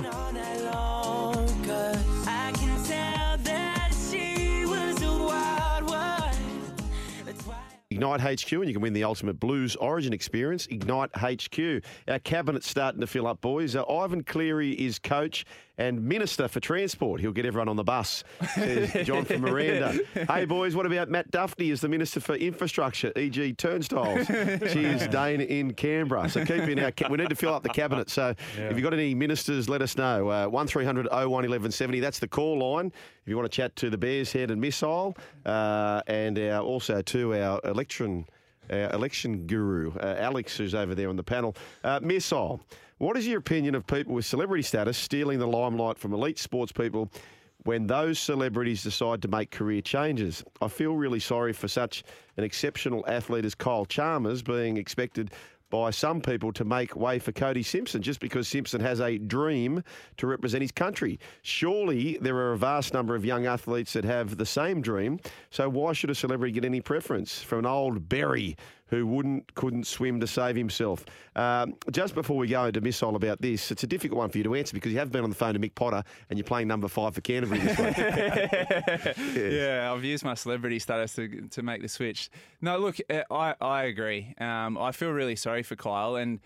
S6: Ignite HQ, and you can win the ultimate blues origin experience. Ignite HQ. Our cabinet's starting to fill up, boys. Uh, Ivan Cleary is coach and minister for transport. He'll get everyone on the bus, says John from Miranda. hey, boys, what about Matt Duffney as the minister for infrastructure, e.g., turnstiles? Cheers, Dane in Canberra. So keep in our. Ca- we need to fill up the cabinet. So if you've got any ministers, let us know. Uh, 1300 01 1170. That's the call line. If you want to chat to the Bears Head and Missile, uh, and our, also to our election, our election guru, uh, Alex, who's over there on the panel. Uh, Missile, what is your opinion of people with celebrity status stealing the limelight from elite sports people? When those celebrities decide to make career changes, I feel really sorry for such an exceptional athlete as Kyle Chalmers being expected by some people to make way for Cody Simpson just because Simpson has a dream to represent his country. Surely there are a vast number of young athletes that have the same dream, so why should a celebrity get any preference from an old berry who wouldn't couldn't swim to save himself? Um, just before we go into missile about this, it's a difficult one for you to answer because you have been on the phone to Mick Potter and you're playing number five for
S7: <laughs>
S6: Canterbury this week.
S9: Yeah, I've used my celebrity status to, to make the switch. No, look, eh, I, I agree. Um, I feel really sorry for Kyle, and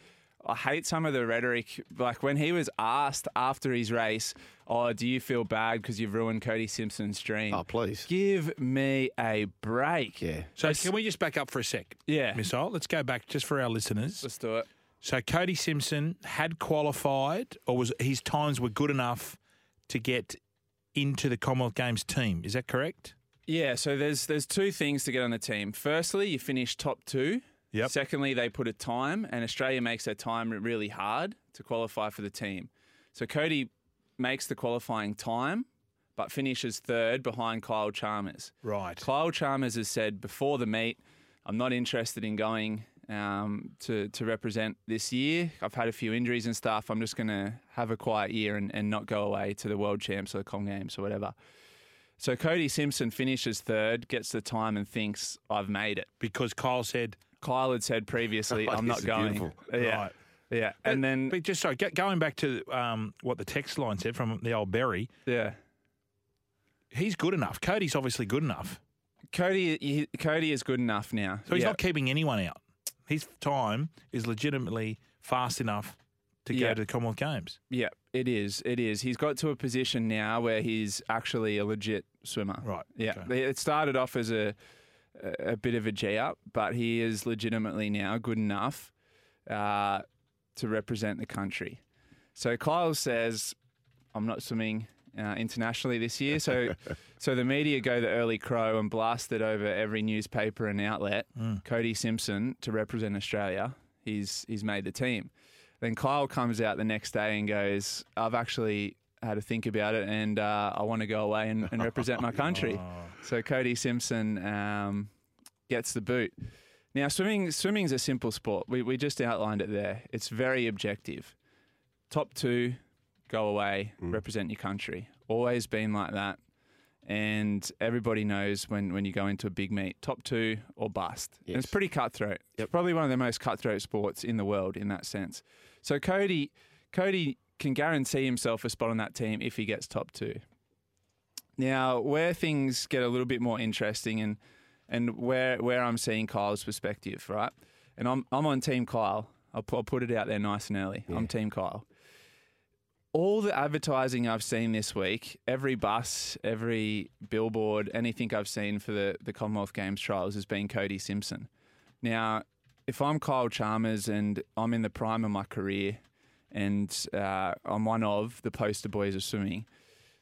S9: I hate some of the rhetoric. Like when he was asked after his race, "Oh, do you feel bad because you've ruined Cody Simpson's dream?"
S6: Oh, please.
S9: give me a break.
S6: Yeah.
S7: So can we just back up for a sec?
S9: Yeah.
S7: Missile, let's go back just for our listeners.
S9: let's do it.
S7: So Cody Simpson had qualified, or was his times were good enough to get into the Commonwealth Games team? Is that correct?
S9: Yeah, so there's there's two things to get on the team. Firstly, you finish top two.
S7: Yep.
S9: Secondly, they put a time, and Australia makes their time really hard to qualify for the team. So Cody makes the qualifying time, but finishes third behind Kyle Chalmers.
S7: Right.
S9: Kyle Chalmers has said before the meet, I'm not interested in going um, to, to represent this year. I've had a few injuries and stuff. I'm just going to have a quiet year and, and not go away to the World Champs or the Com Games or whatever. So Cody Simpson finishes third, gets the time, and thinks, I've made it.
S7: Because Kyle said,
S9: Kyle had said
S7: <laughs>
S9: previously, I'm
S6: This
S9: not
S6: is
S9: going.
S6: beautiful.
S9: Yeah.
S7: Right.
S9: Yeah. And then,
S7: but just sorry, go- going back to um, what the text line said from the old Berry,
S9: yeah.
S7: he's good enough. Cody's obviously good enough.
S9: Cody, he, Cody is good enough now.
S7: So he's
S9: Yeah.
S7: not keeping anyone out. His time is legitimately fast enough to
S9: Yeah.
S7: go to the Commonwealth Games.
S9: Yeah, it is. It is. He's got to a position now where he's actually a legit swimmer.
S7: Right,
S9: Yeah.
S7: okay.
S9: It started off as a a a bit of a G up, but he is legitimately now good enough uh, to represent the country. So Kyle says, "I'm not swimming." Uh, internationally this year, so so the media go the early crow and blasted over every newspaper and outlet. Cody Simpson to represent Australia. He's he's made the team. Then Kyle comes out the next day and goes, I've actually had to think about it and uh, I want to go away and, and represent my country. So Cody Simpson um, gets the boot. Now, swimming swimming's a simple sport. We, we just outlined it there. It's very objective. Top two, go away, represent your country. Always been like that. And everybody knows when, when you go into a big meet, top two or bust. And it's pretty cutthroat. It's probably one of the most cutthroat sports in the world in that sense. So Cody, Cody can guarantee himself a spot on that team if he gets top two. Now, where things get a little bit more interesting, and and where where I'm seeing Kyle's perspective, right? And I'm I'm on Team Kyle. I'll, pu- I'll put it out there nice and early. I'm Team Kyle. All the advertising I've seen this week, every bus, every billboard, anything I've seen for the, the Commonwealth Games trials has been Cody Simpson. Now, if I'm Kyle Chalmers and I'm in the prime of my career and uh, I'm one of the poster boys of swimming,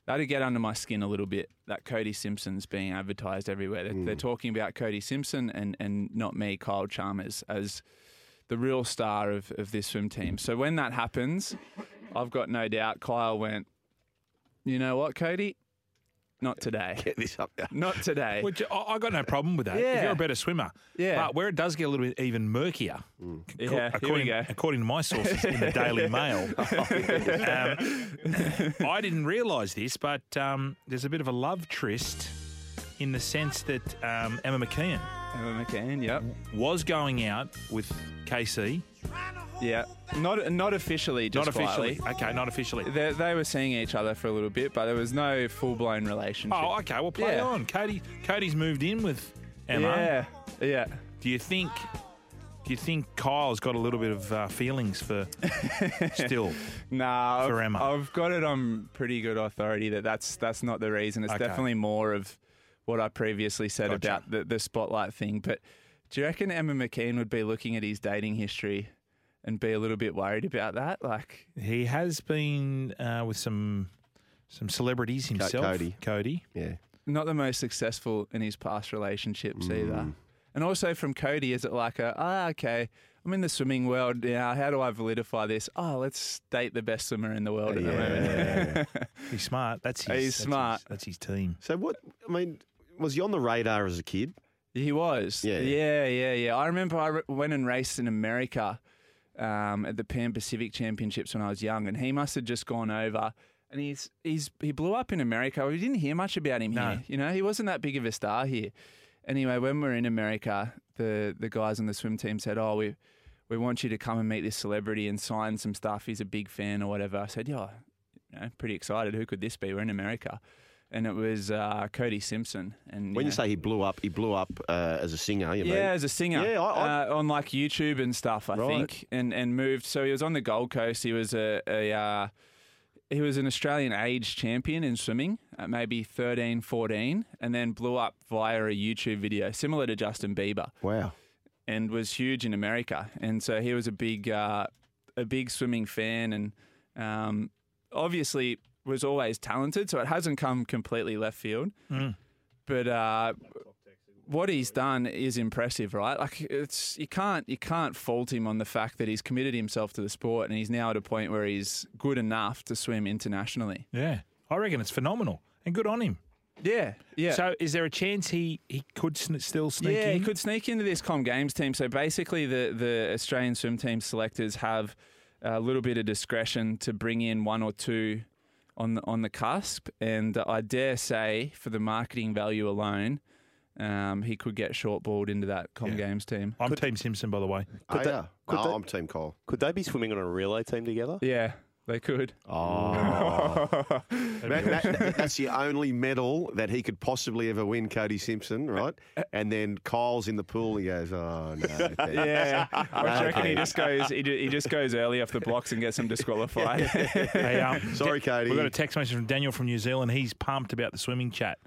S9: that'd get under my skin a little bit that Cody Simpson's being advertised everywhere. They're,
S7: Hmm.
S9: they're talking about Cody Simpson and, and not me, Kyle Chalmers, as the real star of, of this swim team. So when that happens, I've got no doubt Kyle went, you know what, Cody? Not today.
S6: Get this up now.
S9: Not today.
S7: Which I, I got no problem with that. If
S9: Yeah.
S7: you're a better swimmer.
S9: Yeah. Mm.
S7: But where it does get a little bit even murkier, ac-
S9: <laughs> Yeah, here we
S7: according,
S9: go. Oh,
S7: according to my sources in
S9: <laughs>
S7: the Daily Mail, um, I didn't realise this, but um, there's a bit of a love tryst in the sense that um, Emma McKeon
S9: Emma McCann, yep.
S7: was going out with KC.
S9: Yeah. Not not officially, just
S7: not officially.
S9: quietly.
S7: Okay, not officially.
S9: They, they were seeing each other for a little bit, but there was no full blown relationship.
S7: Oh, okay. Well, play
S9: Yeah.
S7: on. Cody, Cody's moved in with Emma.
S9: yeah. Yeah.
S7: Do you think? Do you think Kyle's got a little bit of uh, feelings
S9: <laughs>
S7: for still?
S9: Nah,
S7: For
S9: I've,
S7: Emma.
S9: I've got it on pretty good authority that that's that's not the reason. It's
S7: Okay.
S9: definitely more of what I previously said
S7: Gotcha.
S9: about the, the spotlight thing. But do you reckon Emma McKean would be looking at his dating history and be a little bit worried about that? Like,
S7: He has been uh, with some some celebrities himself.
S6: Cody.
S7: Cody.
S6: Yeah.
S9: not the most successful in his past relationships
S6: Mm.
S9: either. And also from Cody, is it like a ah okay? I'm in the swimming world now. How do I validify this? Oh, let's date the best swimmer in the world at the moment. <laughs>
S6: Yeah.
S7: <laughs> He's smart. That's his.
S9: He's
S7: that's
S9: smart.
S7: His, that's his team.
S6: so what? I mean, was he on the radar as a kid?
S9: He was.
S6: Yeah.
S9: yeah, yeah, yeah. I remember I re- went and raced in America um, at the Pan Pacific Championships when I was young, and he must have just gone over. And he's he's he blew up in America. We didn't hear much about him
S7: No.
S9: here. You know, he wasn't that big of a star here. Anyway, when we were in America, the the guys on the swim team said, "Oh, we we want you to come and meet this celebrity and sign some stuff. He's a big fan or whatever." I said, "Yeah, you know, pretty excited. Who could this be? We're in America." and it was uh, Cody Simpson. And
S6: When you
S9: yeah.
S6: say he blew up, he blew up uh, as a singer. You
S9: Yeah,
S6: mean?
S9: as a singer.
S6: Yeah, I-
S9: uh, on like YouTube and stuff, I
S6: Right.
S9: think, and and moved. So he was on the Gold Coast. He was a, a uh, he was an Australian age champion in swimming at maybe 13, 14, and then blew up via a YouTube video similar to Justin Bieber,
S6: Wow.
S9: and was huge in America. And so he was a big uh, a big swimming fan, and um, obviously was always talented. So it hasn't come completely left field, but uh, what he's done is impressive, right? Like it's you can't you can't fault him on the fact that he's committed himself to the sport and he's now at a point where he's good enough to swim internationally.
S7: Yeah, I reckon it's phenomenal and good on him.
S9: Yeah, yeah.
S7: So, is there a chance he he could sn- still sneak
S9: yeah,
S7: in?
S9: he could sneak into this Com Games team. So basically, the the Australian swim team selectors have a little bit of discretion to bring in one or two on the, on the cusp, and I dare say, for the marketing value alone, um, he could get shortballed into that Com Games team.
S7: I'm Team Simpson, by the way.
S6: Oh,
S8: that-
S6: yeah.
S8: could
S6: No,
S8: that-
S6: I'm Team Cole.
S8: Could they be swimming on a relay team together?
S9: Yeah, they could.
S6: Oh. That-
S7: <laughs>
S6: that- that's
S9: <laughs>
S6: the only medal that he could possibly ever win, Cody Simpson, right? And then Kyle's in the pool. He goes, oh, no. thanks."
S9: Yeah,
S7: Ah,
S9: I reckon
S6: Okay.
S9: he just goes. He, ju- he just goes early off the blocks and gets him disqualified. <laughs>
S7: Hey, um,
S6: <laughs> Sorry, Cody.
S7: We got a text message from Daniel from New Zealand. He's pumped about the swimming chat.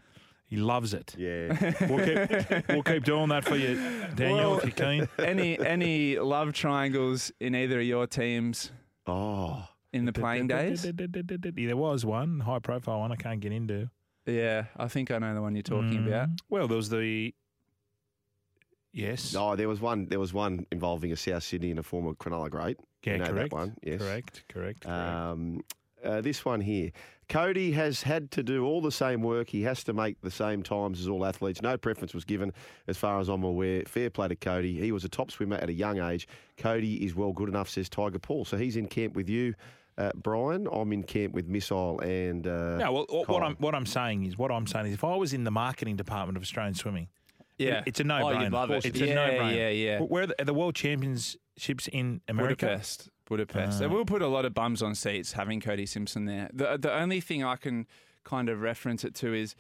S7: He loves it.
S6: Yeah.
S7: We'll
S9: <laughs>
S7: keep, we'll keep doing that for you, Daniel, if you're keen.
S9: any any love triangles in either of your teams
S6: Oh.
S9: in the playing
S7: Mm.
S9: days?
S7: There was one high profile one I can't get into.
S9: Yeah, I think I know the one you're talking about.
S7: Mm. Well, there was the yes,
S6: No, Oh, there was one. There was one involving a South Sydney and a former Cronulla great.
S7: yeah,
S6: you know
S7: correct,
S6: That one. Yes.
S7: correct, correct, correct.
S6: Um, uh, this one here. Cody has had to do all the same work. He has to make the same times as all athletes. No preference was given, as far as I'm aware. Fair play to Cody. He was a top swimmer at a young age. Cody is well good enough, says Tiger Paul. So he's in camp with you, uh, Brian. I'm in camp with Missile and. Uh,
S7: no, well, what, what
S6: Kyle.
S7: I'm what I'm saying is what I'm saying is if I was in the marketing department of Australian swimming,
S9: Yeah,
S7: it's a no brainer.
S9: Oh, you'd love it.
S7: It's
S9: yeah,
S7: a no brainer.
S9: yeah, yeah.
S7: Where are the, are the world championships in America?
S9: Budapest. Budapest.
S7: Ah.
S9: It will put a lot of bums on seats having Cody Simpson there. The the only thing I can kind of reference it to is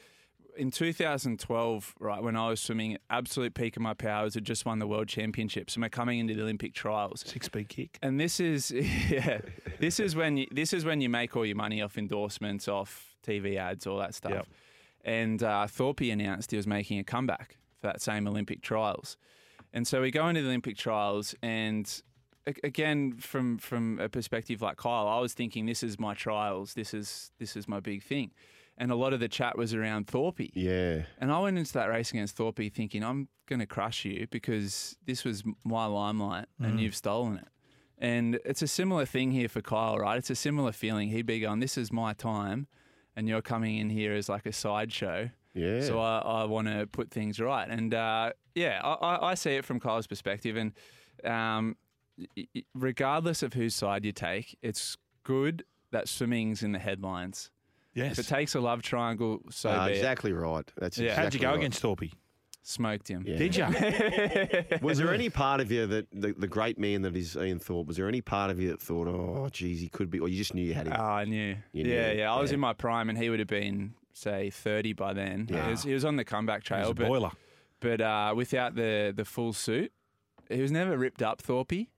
S9: in 2012, right when I was swimming, absolute peak of my powers, had just won the world championships, and we're coming into the Olympic trials.
S7: Six speed kick.
S9: And this is <laughs> yeah, this is when you, this is when you make all your money off endorsements, off TV ads, all that stuff.
S7: Yep.
S9: And uh, Thorpe announced he was making a comeback for that same Olympic trials. And so we go into the Olympic trials, and a- again, from from a perspective like Kyle, I was thinking this is my trials, this is this is my big thing. And a lot of the chat was around Thorpe.
S6: Yeah.
S9: And I went into that race against Thorpe thinking, I'm going to crush you because this was my limelight and you've stolen it. And it's a similar thing here for Kyle, right? It's a similar feeling. He'd be going, This is my time. And you're coming in here as like a sideshow.
S6: Yeah.
S9: So I, I want to put things right. And uh, yeah, I, I, I see it from Kyle's perspective. And um, y- y- regardless of whose side you take, it's good that swimming's in the headlines.
S7: Yes.
S9: If it takes a love triangle, so
S6: Ah,
S9: be it.
S6: exactly right. That's
S9: Yeah.
S6: exactly
S7: How'd you go
S6: right.
S7: against Torpy?
S9: Smoked him.
S6: Yeah.
S7: Did you?
S6: <laughs>
S9: <laughs>
S6: Was there any part of you that the, the great man that is Ian Thorpe? Was there any part of you that thought, oh, geez, he could be, or you just knew you had him?
S7: Ah,
S9: Oh, I knew.
S6: You
S9: yeah,
S6: knew,
S9: yeah. I was
S6: yeah.
S9: in my prime, and he would have been say thirty by then.
S6: Yeah.
S9: He, was, he was on the comeback
S7: It was
S9: trail,
S7: a
S9: but
S7: boiler.
S9: but uh, without the the full suit, he was never ripped up. Thorpe.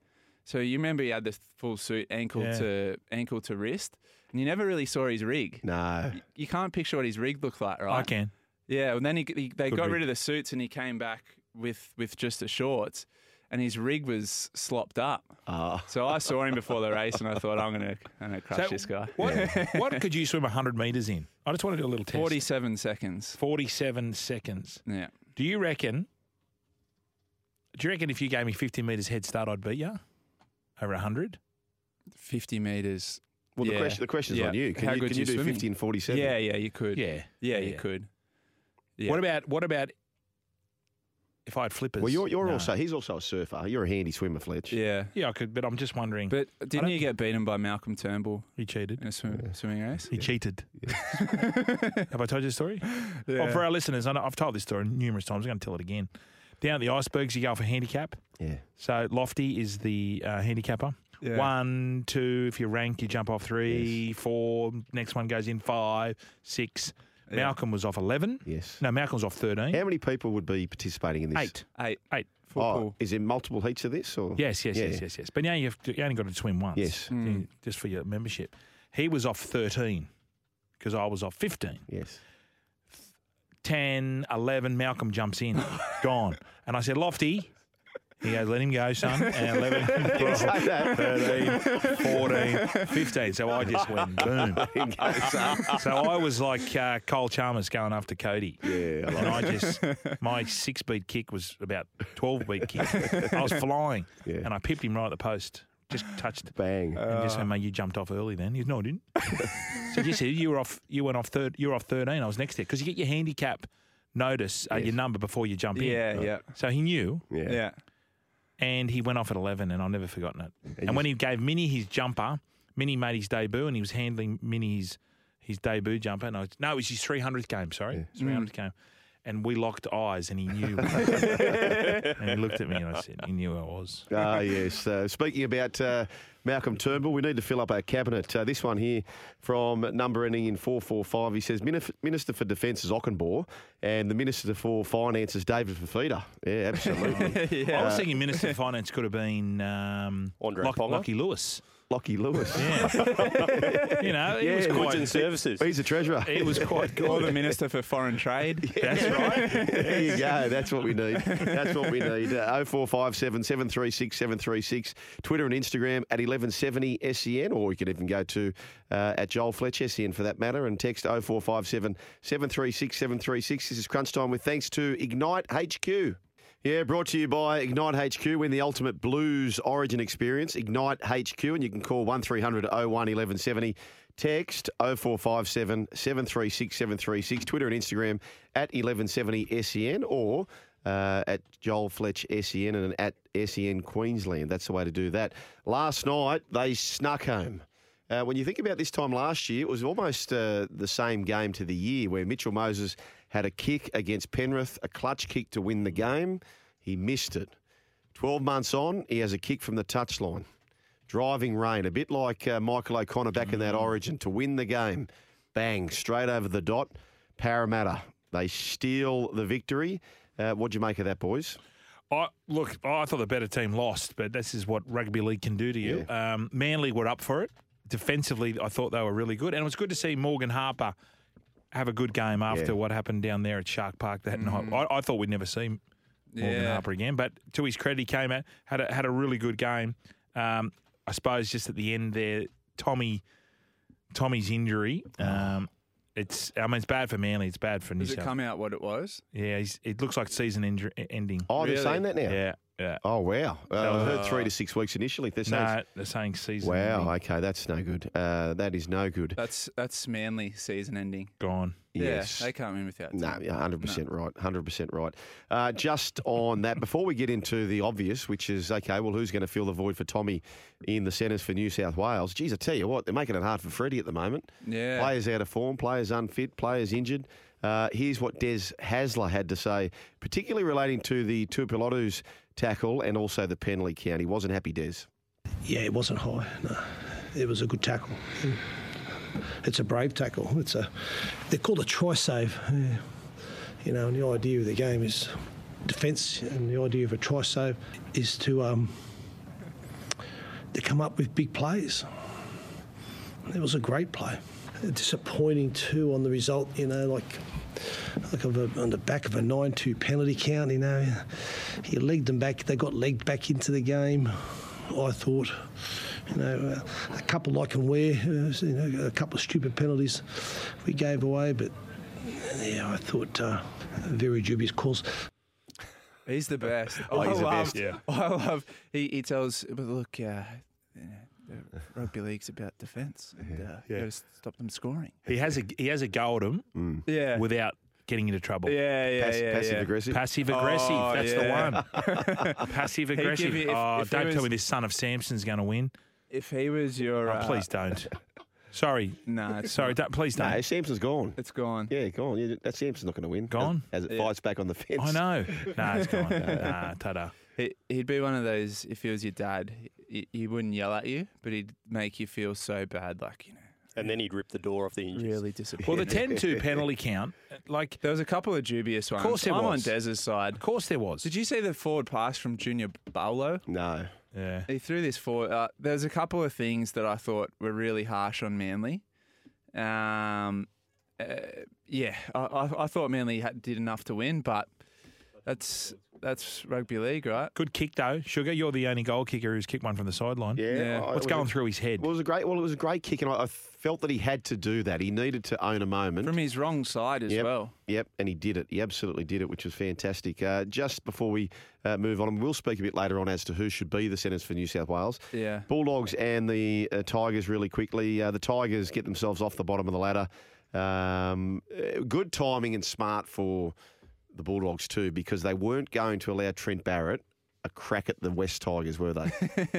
S9: So you remember he had the full suit, ankle
S7: Yeah.
S9: to ankle to wrist, and you never really saw his rig.
S6: no.
S9: You can't picture what his rig looked like, right?
S7: I can.
S9: Yeah, and then he, he, they
S7: Good
S9: got
S7: rig.
S9: rid of the suits, and he came back with with just the shorts, and his rig was slopped up.
S6: Ah.
S9: So I saw him before the race, and I thought, I'm gonna, I'm gonna crush
S7: So
S9: this guy.
S7: What, <laughs> what could you swim 100 metres in? I just want to do a little test.
S9: 47 seconds.
S7: 47 seconds.
S9: Yeah.
S7: Do you reckon? Do you reckon if you gave me 50 metres head start, I'd beat you over 100?
S9: 50 metres.
S6: Well, the
S9: Yeah.
S6: question the question's
S9: Yeah.
S6: on you. Can
S9: How
S6: you,
S9: good
S6: can
S9: you
S6: you do
S9: swimming?
S6: 50 and 47?
S9: Yeah, yeah, you could.
S7: Yeah.
S9: Yeah, you
S7: Yeah.
S9: could. Yeah.
S7: What about what about if I had flippers?
S6: Well, you're, you're
S7: No.
S6: also he's also a surfer. You're a handy swimmer, Fletch.
S9: Yeah.
S7: yeah, I could, but I'm just wondering.
S9: But didn't
S7: don't
S9: you get beaten by Malcolm Turnbull
S7: he cheated.
S9: in a swim, swimming race?
S7: He cheated. Have I told you the story?
S9: <laughs> Yeah.
S7: Well, for our listeners, I know, I've told this story numerous times. I'm going to tell it again. Down at the icebergs, you go for handicap.
S6: Yeah.
S7: So Lofty is the uh, handicapper.
S9: Yeah.
S7: One, two. If you're ranked, you jump off three, four. Next one goes in five, six. Malcolm was off 11.
S6: Yes.
S7: No, Malcolm was off 13.
S6: How many people would be participating in this?
S7: Eight.
S9: Eight.
S7: Eight.
S6: Oh,
S9: Football.
S6: is there multiple heats of this? Or
S7: Yes, yes,
S6: Yeah.
S7: yes, yes, yes. But now you have to, you only got to swim once.
S6: Yes.
S7: Mm. Just for your membership. He was off 13 because I was off 15.
S6: Yes.
S7: 10, 11, Malcolm jumps in,
S6: <laughs>
S7: gone. And I said, Lofty. He goes, let him go, son. Um,
S9: <laughs>
S7: And
S6: <laughs>
S7: 11, 12,
S6: Say that.
S7: 13,
S6: <laughs>
S9: <laughs>
S7: 14, 15. So I just went boom. <laughs> So I was like uh, Cole Chalmers going after Cody. Yeah. and I just, my six beat kick was about 12 beat kick. I was flying.
S6: Yeah.
S7: And I pipped him right at the post. Just touched
S6: Bang.
S7: and just say, mate, you jumped off early then. He's no, I didn't. so you said you were off. You went off third. You were off thirteen. I was next there because you get your handicap notice, uh, your number before you jump in.
S9: Yeah, yeah.
S7: So he knew,
S6: yeah.
S9: Yeah.
S7: and he went off at eleven, and I've never forgotten it. And, when he gave Minnie his jumper, Minnie made his debut, and he was handling Minnie his his debut jumper. And I was, no, it was his three hundredth game. Sorry, three hundredth game. And we locked eyes, and he knew. and
S6: <laughs>
S7: he looked at me, and I said, "He knew who I was."
S6: Ah, yes. Uh, speaking about uh, Malcolm Turnbull, we need to fill up our cabinet. Uh, this one here from number ending in 445. He says, "Minif- Minister for Defence is Ockenbaugh and the Minister for Finance is David Fafita. Yeah, absolutely.
S7: <laughs>
S6: <laughs> Uh,
S7: I was thinking Minister of Finance could have been um,
S8: Andre
S7: Lock-
S8: Ponga?
S7: Lockie Lewis.
S6: Lockie Lewis. <laughs>
S7: You know, it uh, was
S6: Yeah.
S8: Goods and
S7: quite.
S8: services.
S6: He's a treasurer.
S7: It was quite
S9: Or
S7: good.
S9: the Minister for
S6: <laughs>
S9: Foreign Trade.
S7: That's right.
S6: There you go. That's what we need. That's what we need. Uh, 0457 736 736. Twitter and Instagram at 1170 SEN, E or you can even go to uh, at Joel Fletch SEN for that matter and text 0457 736 736. This is Crunch Time with thanks to Ignite HQ. Yeah, brought to you by Ignite HQ. Win the ultimate blues origin experience. Ignite HQ, and you can call 1300 01 1170. Text 0457 736 736. Twitter and Instagram at 1170 SEN E or uh, at Joel Fletch SEN and at SEN Queensland. That's the way to do that. Last night, they snuck home. Uh, when you think about this time last year, it was almost uh, the same game to the year where Mitchell Moses had a kick against Penrith, a clutch kick to win the game. He missed it. 12 months on, he has a kick from the touchline. Driving rain, a bit like uh, Michael O'Connor back
S7: Mm.
S6: in that origin to win the game. Bang, straight over the dot. Parramatta, they steal the victory. Uh, what do you make of that, boys?
S7: I, look, I thought the better team lost, but this is what rugby league can do to you. Um, Manly were up for it. Defensively, I thought they were really good. And it was good to see Morgan Harper have a good game after what happened down there at Shark Park that night. I, I thought we'd never see Morgan
S9: Mm. Yeah.
S7: Harper again, but to his credit, he came out, had a, had a really good game. Um, I suppose just at the end there, Tommy Tommy's injury. Um, it's, I mean, it's bad for Manly. It's bad for New
S9: Does it
S7: South.
S9: come out what it was?
S7: Yeah, he's, it looks like season injury, ending.
S6: Oh, they're saying that now?
S7: Yeah, yeah.
S6: Oh, wow. Uh, I heard three to six weeks initially. They're saying
S7: No, they're saying season.
S6: Wow.
S7: ending.
S6: Okay, that's no good. Uh, that is no good.
S9: That's that's Manly season ending.
S7: gone.
S6: yes.
S9: Yeah, they can't win without.
S6: No,
S9: Tim.
S6: yeah, 100% right. 100% right. Uh, just on that, before we get into the obvious, which is, okay, well, who's going to fill the void for Tommy in the centres for New South Wales? Geez, I tell you what, they're making it hard for Freddie at the moment.
S9: Yeah.
S6: Players out of form, players unfit, players injured. Uh, here's what Des Hasler had to say, particularly relating to the Tupilotu's tackle and also the penalty count. He wasn't happy, Des.
S4: Yeah, it wasn't high. No, it was a good tackle. It's a brave tackle. It's a they're called a try save. Yeah. You know, and the idea of the game is defence, and the idea of a try save is to um, to come up with big plays. It was a great play. Disappointing too on the result. You know, like. Like of a, on the back of a 9-2 penalty count, you know, you legged them back. They got legged back into the game. I thought, you know, uh, a couple I can wear, uh, you know, a couple of stupid penalties we gave away, but yeah, I thought uh, very dubious calls.
S9: He's the best.
S6: Oh, he's
S9: I
S6: the
S9: love,
S6: best. Yeah.
S9: I love. He, he tells, but look, uh, you know, the rugby league's about defence. And, uh, You got to stop them scoring.
S7: He has a he has a go at 'em
S9: Yeah.
S7: without getting into trouble.
S9: yeah, yeah,
S6: Mm. Pass-
S9: yeah,
S6: passive
S9: yeah.
S6: aggressive.
S7: Passive aggressive.
S9: Oh,
S7: That's
S9: yeah.
S7: the
S9: <laughs>
S7: one. Passive aggressive.
S9: you- if-
S7: oh,
S9: if he
S7: don't tell
S9: was-
S7: me this son of Samson's going to win.
S9: If he was your,
S7: Oh,
S9: uh,
S7: please
S9: <laughs>
S7: don't. Sorry,
S9: Nah, it's
S7: sorry. Don't, please
S6: No,
S7: don't.
S6: Samson's gone.
S9: it's gone.
S6: Yeah, gone. Yeah, that Samson's not going to win.
S7: Gone?
S6: As, as it fights back on the fence.
S7: I know. <laughs> No, it's gone. nah, ta-da.
S9: He, he'd be one of those. If he was your dad, he, he wouldn't yell at you, but he'd make you feel so bad, like you know.
S8: and then he'd rip the door off the hinges.
S9: Really disappointed.
S6: <laughs>
S7: Well, the
S9: <laughs>
S7: 10-2 penalty count, like,
S9: There was a couple of dubious ones.
S7: course there
S9: I'm
S7: was.
S9: on Dez's side.
S7: of course there was.
S9: Did you see the forward pass from Junior Barlow?
S6: No.
S7: Yeah.
S9: He threw this forward. Uh, there's a couple of things that I thought were really harsh on Manly. Um, uh, yeah, I, I, I thought Manly had, did enough to win, but that's that's rugby league, right?
S7: Good kick, though. Sugar, you're the only goal kicker who's kicked one from the sideline.
S6: <laughs> Yeah.
S9: Yeah.
S6: I-
S7: What's
S6: it was
S7: going
S6: a-
S7: through his head?
S6: Well, it was a great. Well, it was a great kick, and I, I felt that he had to do that. He needed to own a moment.
S9: From his wrong side as
S6: Yep.
S9: well.
S6: Yep, and he did it. He absolutely did it, which was fantastic. Uh, just before we uh, move on, and we'll speak a bit later on as to who should be the centres for New South Wales.
S9: Yeah.
S6: Bulldogs and the uh, Tigers really quickly. Uh, the Tigers get themselves off the bottom of the ladder. Um, uh, good timing and smart for the Bulldogs too, because they weren't going to allow Trent Barrett a crack at the West Tigers,
S7: <laughs>
S6: were they?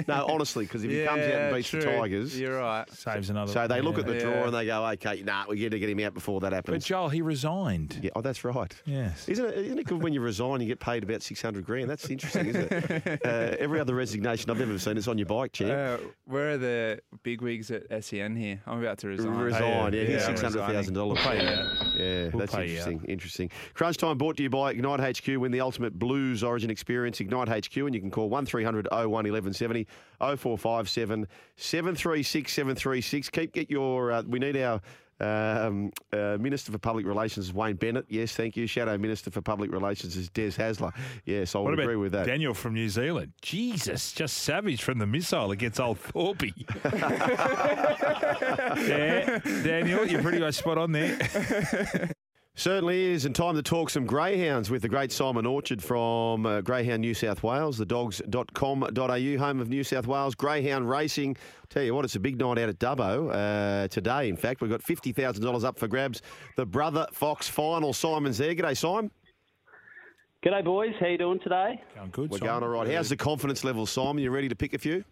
S6: no, honestly, because if he comes out and beats the
S9: true.
S6: Tigers,
S9: You're right.
S7: Saves another.
S6: so they look
S7: Yeah.
S6: at the
S9: Yeah.
S6: draw and they go, "Okay, nah, we got to get him out before that
S7: But
S6: happens."
S7: Joel, he resigned.
S6: yeah, oh, that's right.
S7: Yes.
S6: Isn't it, isn't it good when you resign, you get paid about 600 grand? That's interesting, isn't it?
S7: <laughs>
S6: Uh, every other resignation I've ever seen is on your bike, Champ.
S9: Uh, where are the big wigs at SEN here? I'm about to resign.
S6: Resign, yeah, he's
S9: Yeah,
S6: six hundred thousand dollars. Yeah,
S7: We'll
S6: that's
S7: pay you
S6: interesting. Interesting. Crunch time brought to you by Ignite HQ. Win the ultimate Blues Origin experience. Ignite HQ, and you can call one 1170 0457 736 736. Keep get your. Uh, we need our. Um, uh, Minister for Public Relations Wayne Bennett. Yes, thank you. Shadow Minister for Public Relations is Des Hasler. Yes, I
S7: What
S6: would
S7: about
S6: agree with that.
S7: Daniel from New Zealand? Jesus, just savage from the missile against old Thorpe. yeah, Daniel, you're pretty much spot on
S6: <laughs>
S7: there.
S6: Certainly is, and time to talk some greyhounds with the great Simon Orchard from uh, Greyhound New South Wales, the dogs.com.au, home of New South Wales Greyhound Racing. Tell you what, it's a big night out at Dubbo uh, today. In fact, we've got $50,000 up for grabs. The Brother Fox final. Simon's there. G'day, Simon.
S10: G'day, boys. How you doing today?
S7: Going good.
S6: We're
S7: Simon.
S6: going all right. How's the confidence level, Simon? You ready to pick a few?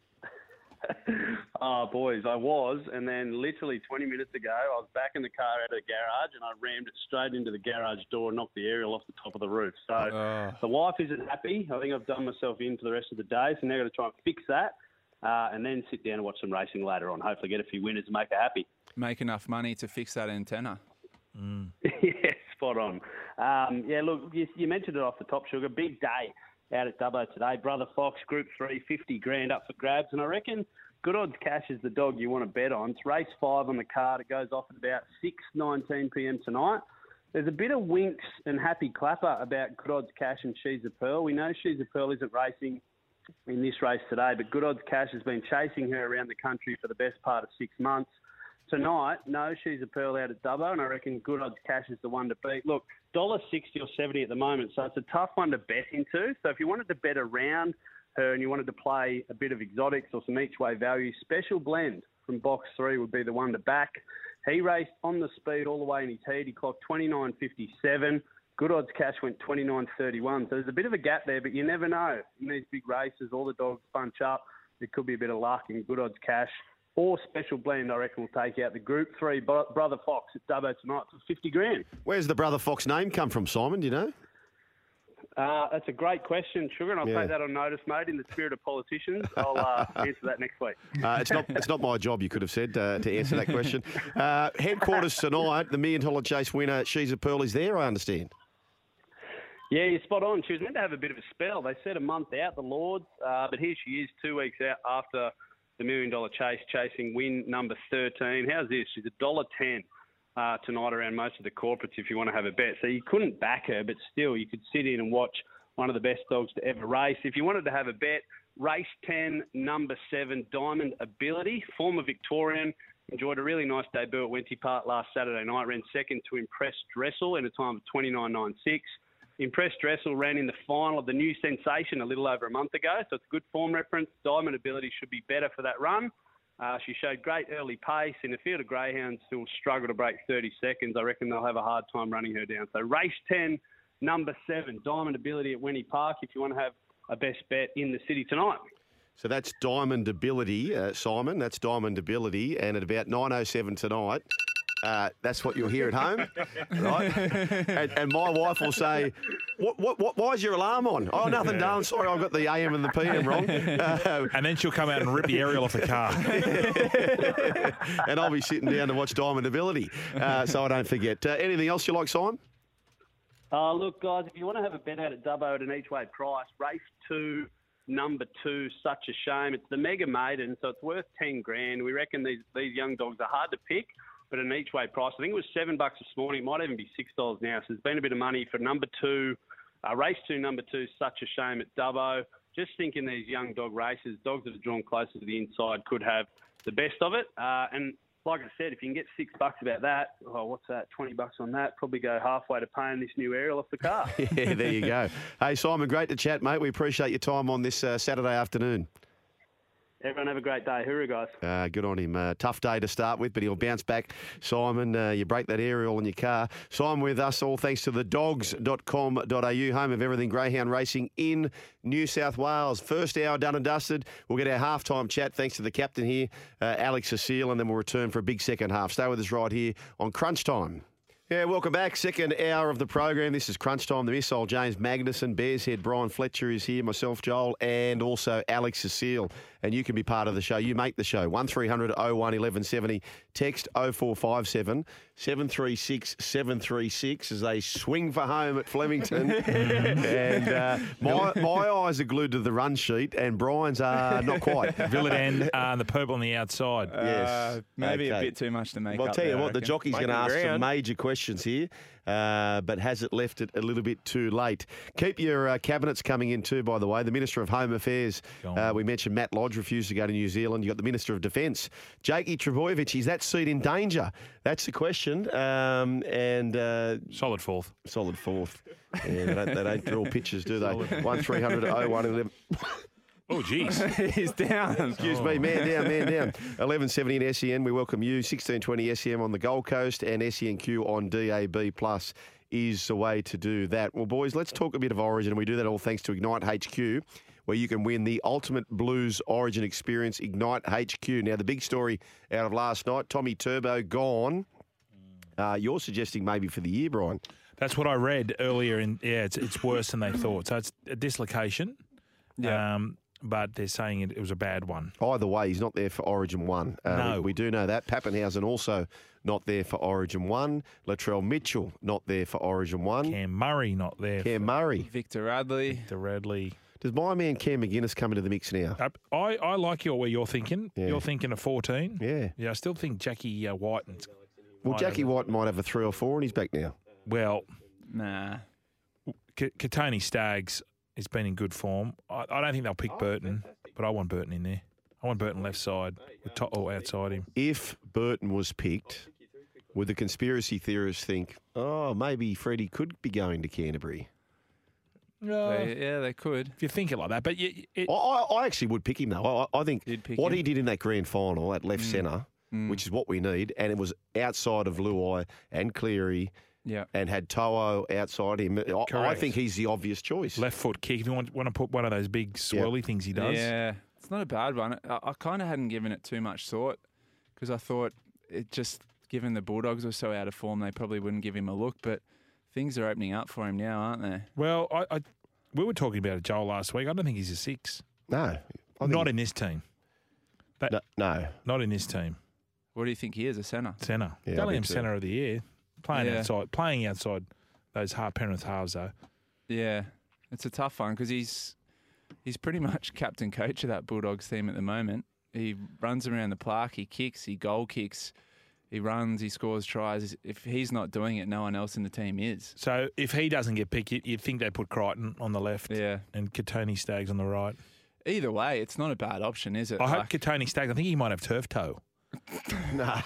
S10: Ah, boys, I was, and then literally 20 minutes ago, I was back in the car out of the garage, and I rammed it straight into the garage door, and knocked the aerial off the top of the roof. So the wife isn't happy. I think I've done myself in for the rest of the day, so now I've got to try and fix that, uh, and then sit down and watch some racing later on. Hopefully, get a few winners and make her happy.
S9: Make enough money to fix that antenna.
S10: <laughs> yeah, spot on. Um, yeah, look, you, you mentioned it off the top, Sugar. Big day out at Dubbo today. Brother Fox, Group 3, 50 grand up for grabs. And I reckon Good Odds Cash is the dog you want to bet on. It's race five on the card. It goes off at about 6.19 p.m. tonight. There's a bit of winks and happy clapper about Good Odds Cash and She's a Pearl. We know She's a Pearl isn't racing in this race today, but Good Odds Cash has been chasing her around the country for the best part of six months tonight, no, she's a pearl out at Dubbo, and I reckon good odds cash is the one to beat. Look, dollar sixty or seventy at the moment, so it's a tough one to bet into. So if you wanted to bet around her and you wanted to play a bit of exotics or some each way value, special blend from box three would be the one to back. He raced on the speed all the way and he teed. He clocked twenty nine fifty seven. Good odds cash went 29.31. So there's a bit of a gap there, but you never know. In these big races, all the dogs bunch up. There could be a bit of luck and good odds cash or special blend. I reckon will take out the Group Three Bro- Brother Fox at Dubbo tonight for 50 grand.
S6: Where's the Brother Fox name come from, Simon? Do you know?
S10: Uh, that's a great question, Sugar, and I'll
S6: Yeah.
S10: take that on notice, mate. In the spirit of politicians, I'll uh, <laughs> answer that next week.
S6: Uh, it's not it's not my job, you could have said, uh, to answer that question. Uh, headquarters tonight, the million dollar chase winner, She's a Pearl, is there, I understand.
S10: Yeah, you're spot on. She was meant to have a bit of a spell. They said a month out, the Lords, uh, but here she is, two weeks out after the million dollar chase, chasing win number 13. How's this? She's a dollar ten uh, tonight around most of the corporates if you want to have a bet. So you couldn't back her, but still you could sit in and watch one of the best dogs to ever race. If you wanted to have a bet, race 10, number 7, Diamond Ability, former Victorian. Enjoyed a really nice debut at Wenty Park last Saturday night. Ran second to Impressed Dressel in a time of 29.96. Impressed Dressel ran in the final of the new sensation a little over a month ago, so it's a good form reference. Diamond Ability should be better for that run. Uh, she showed great early pace in a field of greyhounds who will struggle to break 30 seconds. I reckon they'll have a hard time running her down. So race 10, number seven, Diamond Ability at Winnie Park. If you want to have a best bet in the city tonight.
S6: So that's Diamond Ability, uh, Simon. That's Diamond Ability, and at about nine oh seven tonight, Uh, that's what you'll hear at home,
S9: <laughs>
S6: right? And, and my wife will say, what, what, what, why is your alarm on? Oh, nothing, darling. Sorry, I've got the AM and the PM wrong. Uh,
S7: <laughs> And then she'll come out and rip the aerial
S6: <laughs>
S7: off the car.
S6: and I'll be sitting down to watch Diamond Ability uh, so I don't forget. Uh, anything else you like, Simon?
S10: Uh, look, guys, if you want to have a bet out at Dubbo at an each way price, race two, number two, such a shame. It's the Mega Maiden, so it's worth ten grand. We reckon these these young dogs are hard to pick, but an each way price. I think it was seven bucks this morning. It might even be six dollars now. So there's been a bit of money for number two, uh, race two, number two, such a shame at Dubbo. Just thinking these young dog races, dogs that are drawn closer to the inside could have the best of it. Uh, and like I said, if you can get six bucks about that, oh, what's that? Twenty bucks on that, probably go halfway to paying this new aerial off the car.
S6: <laughs> Yeah, there you go. Hey, Simon, great to chat, mate. We appreciate your time on this uh, Saturday afternoon.
S10: Everyone have a great day. Hoorah, guys.
S6: Uh, good on him. Uh, tough day to start with, but he'll bounce back. Simon, uh, you break that aerial in your car. Simon with us, all thanks to the dogs.com.au, home of everything greyhound racing in New South Wales. First hour done and dusted. We'll get our halftime chat thanks to the captain here, uh, Alex Cecile, and then we'll return for a big second half. Stay with us right here on Crunch Time. Yeah, welcome back. Second hour of the program. This is Crunch Time. The missile, James Magnuson, Bears Head, Brian Fletcher is here, myself, Joel, and also Alex Cecile. And you can be part of the show. You make the show. 1300 01 1170. Text 0457 736 736 as they swing for home at Flemington. and uh, my, my eyes are glued to the run sheet, and Brian's are Uh,
S7: <laughs>
S6: not quite. <laughs>
S7: Villadan, uh, the purple on the outside.
S6: Yes.
S9: Uh, maybe a
S6: Okay.
S9: bit too much to make
S6: Well, I'll
S9: up
S6: tell you
S9: there, I
S6: what, the
S9: reckon.
S6: jockey's going to
S8: Making
S6: ask some
S8: ground.
S6: major questions here, uh, but has it left it a little bit too late? Keep your uh, cabinets coming in too, by the way. The Minister of Home Affairs, uh, we mentioned Matt Lodge refused to go to New Zealand. You've got the Minister of Defence, Jakey Trebojevic. Is that seat in danger? That's the question. Um, and uh,
S7: Solid fourth.
S6: solid fourth. Yeah, they, don't, they don't draw pictures,
S9: <laughs>
S6: do they? 1300 01 11.
S7: Oh, jeez.
S9: <laughs> He's down.
S6: Excuse me, man down, man down. Eleven seventy in SEN. We welcome you. Sixteen twenty SEM on the Gold Coast and SENQ on DAB Plus is the way to do that. Well, boys, let's talk a bit of Origin. We do that all thanks to Ignite HQ, where you can win the ultimate Blues Origin experience. Ignite HQ. Now, the big story out of last night: Tommy Turbo gone. Uh, you're suggesting maybe for the year, Brian.
S7: That's what I read earlier. In yeah, it's it's worse than they thought. So it's a dislocation. Yeah. Um, but they're saying it, it was a bad one.
S6: Either way, he's not there for Origin 1. Uh, we-
S7: No.
S6: We, do know that. Pappenhausen also not there for Origin 1. Latrell Mitchell not there for Origin 1.
S7: Cam Murray not there.
S6: Cam Murray.
S9: Victor Radley.
S7: The Radley.
S6: Does my man Cam McGuinness come into the mix now?
S7: I, I I like your where you're thinking.
S6: Yeah.
S7: You're thinking of 14.
S6: Yeah.
S7: Yeah, I still think Jackie uh, Whiten's.
S6: Well,
S7: might
S6: Jackie
S7: have
S6: White might have a three or four and he's back now.
S7: a- Well,
S9: Nah.
S7: K- Katani Staggs has been in good form. I, I don't think they'll
S6: Oh,
S7: pick Burton, but I want Burton in there. I want Burton left side, with to- or outside him.
S6: If Burton was picked, would the conspiracy theorists think, oh, maybe Freddie could be going to Canterbury?
S9: They- yeah, they could.
S7: If you think it like that, but you, it,
S6: I, I, I actually would pick him though. I, I think
S9: You'd pick
S6: what
S9: him? Mm.
S6: he did in that grand final at left centre, which is what we need, and it was outside of Luai and Cleary,
S9: Yeah.
S6: and had Toa outside him. I, I
S7: Correct.
S6: think he's the obvious choice.
S7: left foot kick. If you want, want to put one of those big swirly things he does,
S9: Yeah. It's not a bad one. I, I kind of hadn't given it too much thought because I thought it just, given the Bulldogs were so out of form, they probably wouldn't give him a look. But things are opening up for him now, aren't they?
S7: Well, I, I we were talking about it, Joel, last week. I don't think he's a six.
S6: No, <laughs> I think-
S7: Not in this team. But
S6: no, no.
S7: not in this team.
S9: What do you think he is, a centre?
S7: Centre.
S6: Yeah, I
S7: Bellingham
S6: do too.
S7: centre of the year. Playing
S9: Yeah.
S7: outside playing outside those half Penrith halves though.
S9: Yeah. It's a tough one because he's, he's pretty <laughs> much captain coach of that Bulldogs team at the moment. He runs around the park, he kicks, he goal kicks, he runs, he scores tries. If he's not doing it, no one else in the team is.
S7: So if he doesn't get picked, you'd- you'd think they put Crichton on the left
S9: Yeah.
S7: and Katoni Staggs on the right.
S9: Either way, it's not a bad option, is it?
S7: I hope <laughs>
S9: Like-
S7: Katoni Staggs, I think he might have turf toe.
S6: No.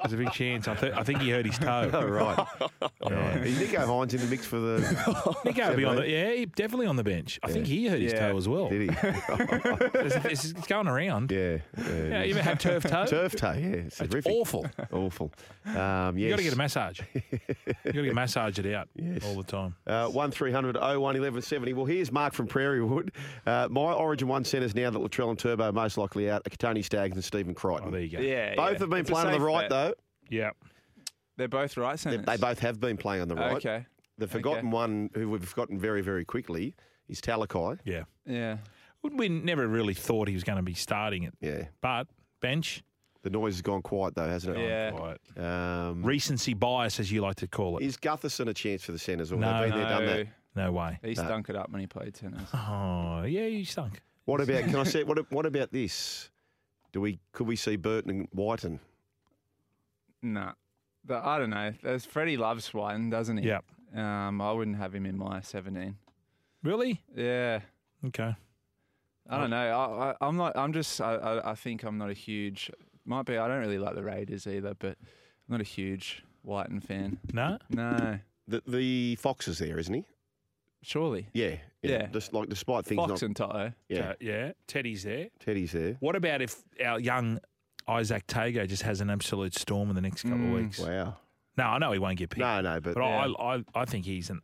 S7: There's a big chance. I, th- I think he hurt his
S6: <laughs> Oh,
S7: toe. <laughs>
S6: right.
S9: <laughs>
S6: right. Is Nico Hines in the mix for the?
S7: <laughs> Nico be on the, yeah, he- definitely on the bench. I think he hurt his
S9: Yeah.
S7: toe as well.
S6: Did he?
S7: <laughs> It's, it's- it's going around.
S6: Yeah.
S7: Yeah,
S6: yeah.
S7: you ever had turf toe?
S6: Turf toe. Yeah, it's horrific.
S7: Awful.
S6: Awful. Um, yes.
S7: You got to get a
S6: <laughs>
S7: massage. you got to get massage it out all the time.
S6: Uh, 1300 01 1170. Well, here's Mark from Prairie Wood. Uh, my Origin 1 centres now that Latrell and Turbo are most likely out are Katoni Staggs and Stephen
S7: Oh,
S6: Crichton.
S7: there you go.
S9: Yeah.
S6: Both
S9: yeah.
S6: have been
S9: It's a
S6: playing on
S9: safe
S6: the right,
S9: bet.
S6: though.
S7: Yeah.
S9: They're both right
S6: They,
S9: centers.
S6: they both have been playing on the right.
S9: Okay.
S6: The forgotten one, who we've forgotten very, very quickly, is Talakai.
S7: Yeah.
S9: Yeah.
S7: We never really thought he was going to be starting it,
S6: Yeah.
S7: but bench,
S6: The noise has gone quiet, though, hasn't it?
S9: Yeah.
S7: quiet.
S6: Um,
S7: Recency bias, as you like to call it.
S6: is Gutherson a chance for the centres? Or
S7: No,
S6: have they been there, done
S9: No,
S6: that?
S7: No way.
S9: he stunk it up when he played tennis.
S7: Oh, yeah, you stunk.
S6: What about?
S9: <laughs>
S6: Can I say? What, what about this? Do we? Could we see Burton and Whiten?
S9: Nah. But I don't know. There's Freddie loves Whiten, doesn't he?
S7: Yeah.
S9: Um, I wouldn't have him in my 17.
S7: Really?
S9: Yeah.
S7: Okay.
S9: I don't know. I, I, I'm not. I'm just. I, I, I think I'm not a huge. Might be. I don't really like the Raiders either, but I'm not a huge Whiten fan.
S7: No?
S9: No,
S6: The, the Fox is there, isn't he?
S9: surely.
S6: Yeah.
S9: Yeah.
S6: Just like despite things
S9: Fox
S6: not.
S9: and Toto.
S6: Yeah.
S7: Uh, yeah. Teddy's there.
S6: Teddy's there.
S7: What about if our young Isaac Tago just has an absolute storm in the next couple of weeks?
S6: Mm, Wow.
S7: No, I know he won't get picked.
S6: No, no, but
S7: But I, I, I think he's an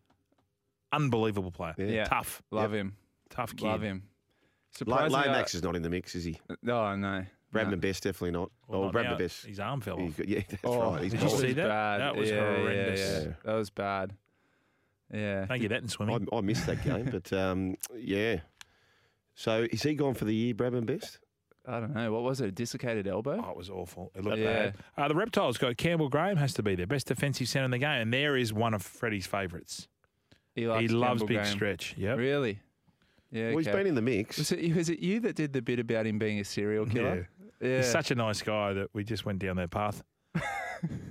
S7: unbelievable player.
S6: Yeah.
S9: Yeah.
S7: Tough,
S9: Love him.
S7: tough kid.
S9: Love him.
S6: La-
S9: Surprisingly, I-
S6: Lamax is not in the mix, is he?
S9: Oh no.
S6: Bradman
S9: no.
S6: Best definitely not.
S7: Well,
S6: oh,
S7: not now.
S6: Bradman Best.
S7: His arm fell
S6: He's
S7: off.
S6: got- yeah, <laughs> that's
S9: Oh,
S6: right. He's
S7: Did you
S6: got-
S7: see that?
S9: Bad.
S7: That was
S9: Yeah, yeah,
S7: horrendous.
S9: Yeah,
S6: Yeah.
S9: That was bad. Yeah.
S7: Don't get that in swimming.
S6: I, I missed
S7: <laughs>
S6: that game, but um, yeah. So is he gone for the year, Bradman Best?
S9: I don't know. What was it? A dislocated elbow?
S7: Oh, it was awful. It looked
S9: Yeah.
S7: bad. Uh, the Reptiles got Campbell Graham has to be their best defensive centre in the game, and there is one of Freddie's favourites.
S9: He,
S7: He loves
S9: Campbell
S7: big
S9: Graham.
S7: stretch. Yep.
S9: Really? Yeah.
S6: Well, he's
S9: okay.
S6: been in the mix.
S9: Was it, was it you that did the bit about him being a serial killer? Yeah.
S7: He's such a nice guy that we just went down that path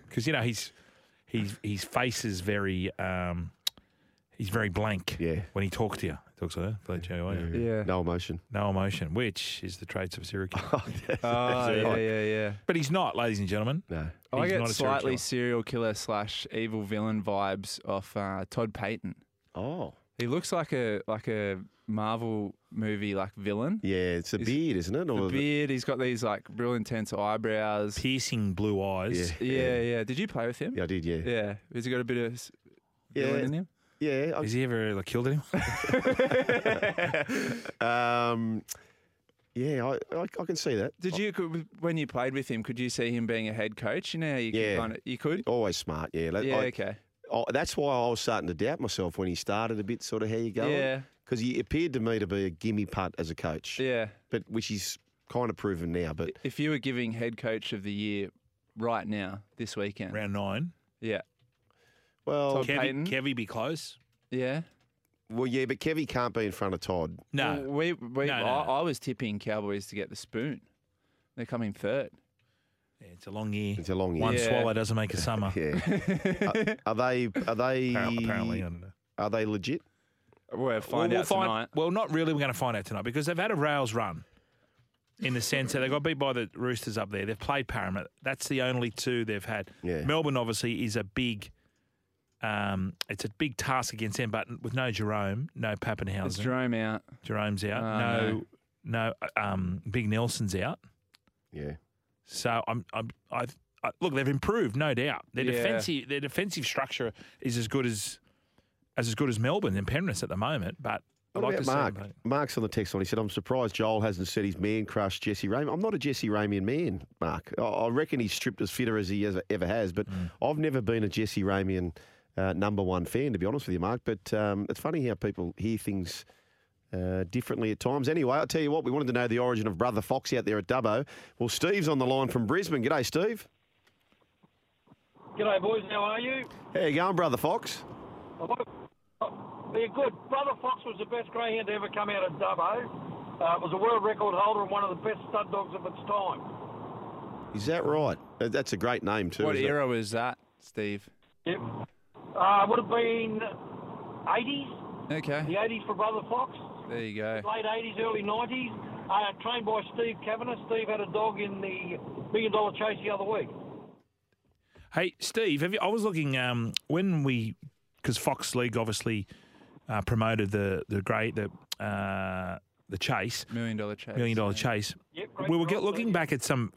S7: because you know he's he's his face is very um, he's very blank.
S6: Yeah.
S7: When he talks to you, he talks like that. Like, "Oh, yeah."
S9: yeah.
S6: No emotion.
S7: No emotion, which is the traits of a serial killer.
S9: <laughs> Oh, yeah,
S6: right.
S9: yeah, yeah.
S7: but he's not, ladies and gentlemen.
S6: No.
S9: I
S7: He's
S9: get
S7: not a serial
S9: slightly
S7: killer.
S9: serial killer slash evil villain vibes off uh, Todd Payton.
S6: Oh.
S9: He looks like a like a Marvel movie like villain.
S6: Yeah, it's a beard, isn't it?
S9: The
S6: Or
S9: beard, he's got these like real intense eyebrows.
S7: piercing blue eyes.
S6: Yeah.
S9: yeah, yeah. Did you play with him?
S6: Yeah, I did, yeah. Yeah.
S9: Yeah. Has he got a bit of s- villain in him?
S6: yeah.
S7: Has he ever like, killed anyone?
S6: I- <laughs> Um, yeah, I, I, I can see that.
S9: Did you could, when you played with him? Could you see him being a head coach? You know, how you could
S6: Yeah.
S9: kind of, you could.
S6: Always smart, yeah. That-
S9: Yeah.
S6: I-
S9: okay.
S6: I- that's why I was starting to doubt myself when he started a bit, sort of how you going.
S9: Yeah.
S6: Because he appeared to me to be a gimme punt as a coach,
S9: Yeah.
S6: but which he's kind of proven now. But
S9: If you were giving head coach of the year right now this weekend,
S7: Round nine.
S9: yeah,
S6: well,
S9: Todd
S7: Kevy,
S9: Payton?
S7: Kevy be close.
S9: yeah.
S6: well, yeah, but Kevy can't be in front of Todd.
S9: Well,
S7: No.
S9: we, we
S7: No, no,
S9: I,
S7: no.
S9: I was tipping Cowboys to get the spoon. They're coming third.
S7: Yeah, it's a long year.
S6: It's a long year.
S7: One
S9: Yeah.
S7: swallow doesn't
S6: <laughs>
S7: make a summer.
S6: Yeah. are, are they? Are they?
S7: Appar- Apparently. I don't know.
S6: Are they legit?
S9: We'll find
S7: we'll
S9: out tonight.
S7: well, not really. We're going to find out tonight because they've had a rails run in the sense that they got beat by the Roosters up there. They've played Parramatta. That's the only two they've had.
S6: Yeah.
S7: Melbourne obviously is a big. Um, it's a big task against them, but with no Jerome, no
S9: It's
S7: Pappenhausen,
S9: Jerome out.
S7: Jerome's out.
S9: Oh,
S7: no, no, um, Big Nelson's out.
S6: Yeah.
S7: So I'm, I'm I, I look, they've improved, no doubt. Their
S9: Yeah.
S7: defensive, their defensive structure is as good as, as as good as Melbourne and Penrith at the moment. But
S6: What
S7: I like
S6: about
S7: to see
S6: Mark?
S7: them play.
S6: Mark's on the text line. He said, "I'm surprised Joel hasn't said he's man crushed Jesse Ramian. I'm not a Jesse Ramian man, Mark. I, I reckon he's stripped as fitter as he ever, ever has. But
S7: Mm.
S6: I've never been a Jesse Ramian uh, number one fan, to be honest with you, Mark. But um, it's funny how people hear things." Uh, differently at times. Anyway, I'll tell you what, we wanted to know the origin of Brother Fox out there at Dubbo. Well, Steve's on the line from Brisbane. G'day, Steve.
S10: G'day, boys. How are you?
S6: How you going, Brother Fox?
S10: They're good. Brother Fox was the best greyhound to ever come out of Dubbo. Uh, it was a world record holder and one of the best stud dogs of its time.
S6: Is that right? Uh, That's a great name, too.
S9: What
S6: isn't it?
S9: era was that, Steve?
S10: Yep. Uh, would have been 80s, the
S9: Okay.
S10: 80s for Brother Fox,
S9: There you go.
S10: late 80s, early 90s. Uh, trained by Steve Kavanagh. Steve had a dog in the million dollar chase the other week.
S7: Hey, Steve, have you, I was looking um, when we because Fox League obviously uh, promoted the the great the uh, the chase
S9: Million dollar chase.
S7: million dollar chase.
S10: Yep, great
S7: we were get,
S10: price,
S7: looking
S10: yeah.
S7: back at some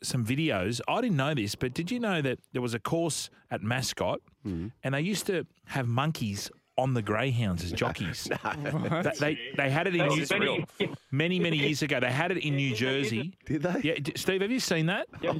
S7: some videos. I didn't know this, but did you know that there was a course at Mascot,
S6: Mm-hmm.
S7: and they used to have monkeys on the greyhounds as
S6: <laughs>
S7: jockeys. They, they they had it in
S10: Is
S7: New
S10: this real?
S7: many many years ago. They had it in New Jersey.
S6: Did they?
S7: Yeah, d- Steve, have you seen that?
S10: Yes,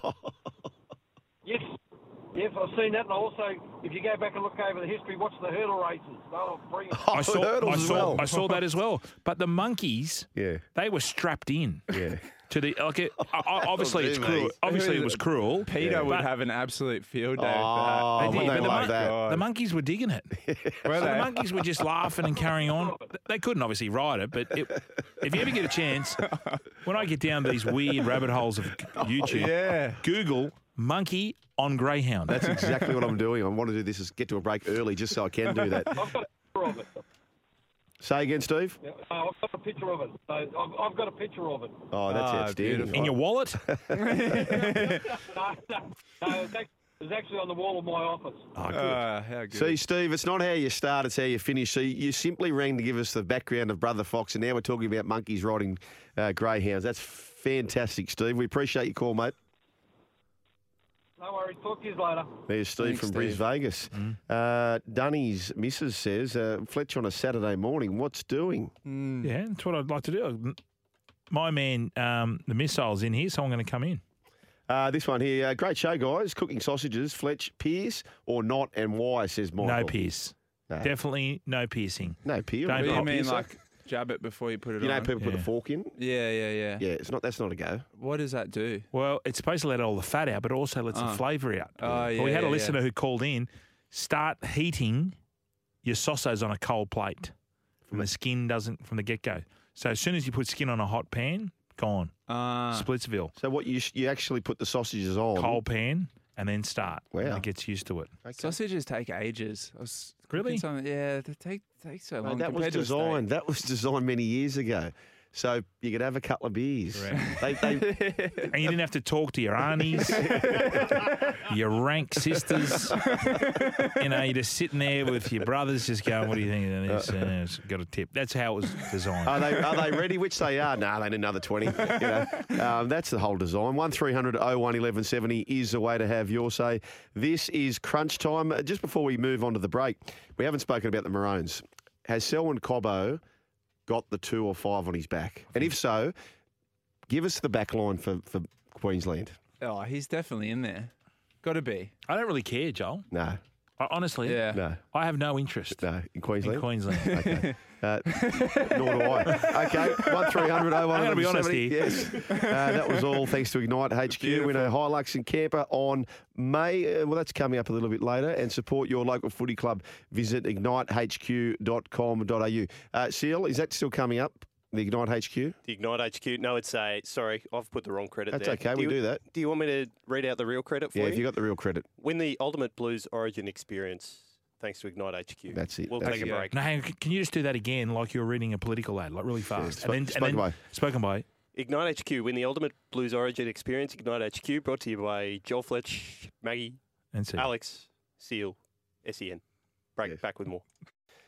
S11: Jeff. I've seen that, and I also, if you go back and look over the history, watch the hurdle races. They were brilliant.
S7: <laughs> I saw, I saw, I saw <laughs> that as well. But the monkeys,
S2: yeah,
S7: they were strapped in.
S2: Yeah.
S7: <laughs> To the like, it, o- o- obviously
S6: Oh,
S7: it's
S6: gee,
S7: cruel.
S6: mate.
S7: Obviously it was cruel.
S9: Peter
S7: but Ah,
S9: would have an absolute field day.
S6: Oh,
S9: for that.
S6: They did,
S7: but the,
S6: like
S7: mon-
S6: that.
S7: the monkeys were digging it.
S9: Were
S7: So the
S9: they?
S7: monkeys were just laughing and carrying on. They couldn't obviously ride it, but it, if you ever get a chance, when I get down these weird rabbit holes of YouTube,
S9: Yeah.
S7: Google monkey on greyhound.
S6: Oh, That's exactly what I'm doing. I want to do this is get to a break early just so I can do that.
S11: I've got a picture of it.
S6: Say again, Steve.
S11: Yeah, uh, I've got a picture of it. So I've, I've got a picture of it. Uh, <laughs>
S6: Oh, <laughs> that's
S9: Ah,
S6: outstanding.
S9: beautiful.
S7: in your
S6: <laughs>
S7: wallet.
S11: No, no, no, it's act- it's actually on the wall of my office.
S9: Ah, how good.
S6: See, Steve, it's not how you start, it's how you finish. So you simply rang to give us the background of Brother Fox, and now we're talking about monkeys riding uh, greyhounds. That's fantastic, Steve. We appreciate your call, mate.
S11: No worries. Talk to you later.
S6: There's Steve
S9: Thanks,
S6: from
S9: Steve.
S6: Bris
S9: Mm.
S6: Vegas. Uh, Dunny's missus says, uh, Fletch on a Saturday morning, what's doing?
S7: Yeah, that's what I'd like to do. My man, um, the missile's in here, so I'm going to come in.
S6: Uh, this one here, uh, great show, guys. Cooking sausages, Fletch, Pierce or not, and why, says Michael. Uh,
S7: No pierce.
S6: No.
S7: Definitely no piercing.
S6: No peel.
S7: Don't
S9: What do you
S7: pop
S9: mean,
S6: Pierce,
S9: like jab it before you put it
S6: You know,
S9: on?
S6: people put
S7: Yeah.
S6: a fork in.
S9: yeah, yeah, yeah,
S6: Yeah, it's not. That's not a go.
S9: What does that do?
S7: Well, it's supposed to let all the fat out, but also lets the
S9: Oh.
S7: flavour out.
S9: Oh,
S7: Well,
S9: yeah,
S7: we had
S9: yeah,
S7: a
S9: yeah.
S7: listener who called in. Start heating your sausos on a cold plate. From the skin doesn't from the get go. So as soon as you put skin on a hot pan, gone.
S9: Ah,
S7: Splitsville,
S6: So what you sh- you actually put the sausages on?
S7: cold pan, and then start. And
S6: Wow.
S7: it gets used to it.
S9: sausages take ages. I was cooking
S7: Really?
S9: something- Yeah, they take take so
S6: Mate,
S9: long.
S6: that was
S9: compared to a steak.
S6: designed. That was designed many years ago. So you could have a couple of beers. They, they,
S7: <laughs> And you didn't have to talk to your
S6: <laughs>
S7: aunties, your rank sisters. you know, you're just sitting there with your brothers, just going, "What do you think of this?" And it's got a tip. That's how it was designed.
S6: are they are they ready? Which they are. No, they need another twenty. You know, um, that's the whole design. One 1170 is the way to have your say. This is crunch time. Uh, Just before we move on to the break, we haven't spoken about the Maroons. Has Selwyn Cobbo got the two or five on his back? And if so, give us the back line for, for Queensland.
S9: Oh, he's definitely in there. Got to be.
S7: I don't really care, Joel.
S6: No,
S7: I, honestly,
S9: Yeah.
S6: no,
S7: I have no interest
S6: no. In
S7: in
S6: Queensland.
S7: Queensland.
S6: <laughs> Okay.
S7: <laughs>
S6: Uh, nor do I. Okay,
S7: I'm
S6: 1300 01
S7: gonna be honest
S6: 1170.
S7: here.
S6: Yes. Uh, that was all thanks to Ignite HQ. We know Hilux and Camper on May. uh, well, that's coming up a little bit later. And support your local footy club. Visit ignitehq.com.au. Uh, Seal, is that still coming up? The Ignite HQ?
S8: The Ignite HQ. No, it's a sorry. I've put the wrong credit
S6: That's
S8: there.
S6: okay, we
S8: you,
S6: do that.
S8: Do you want me to read out the real credit for
S6: Yeah,
S8: you?
S6: if you got the real credit.
S8: Win the ultimate blues origin experience thanks to Ignite HQ.
S6: That's it.
S8: We'll
S6: That's
S8: take
S6: it.
S8: a break.
S7: no, hang on, c- can you just do that again, like you're reading a political ad, like really fast?
S6: spoke- spoken by.
S7: Spoken by.
S8: Ignite HQ. Win the ultimate blues origin experience. Ignite HQ. Brought to you by Joel Fletch, Maggie,
S7: And see.
S8: Alex, Seal, Sen. Break
S6: Yes.
S8: back with more.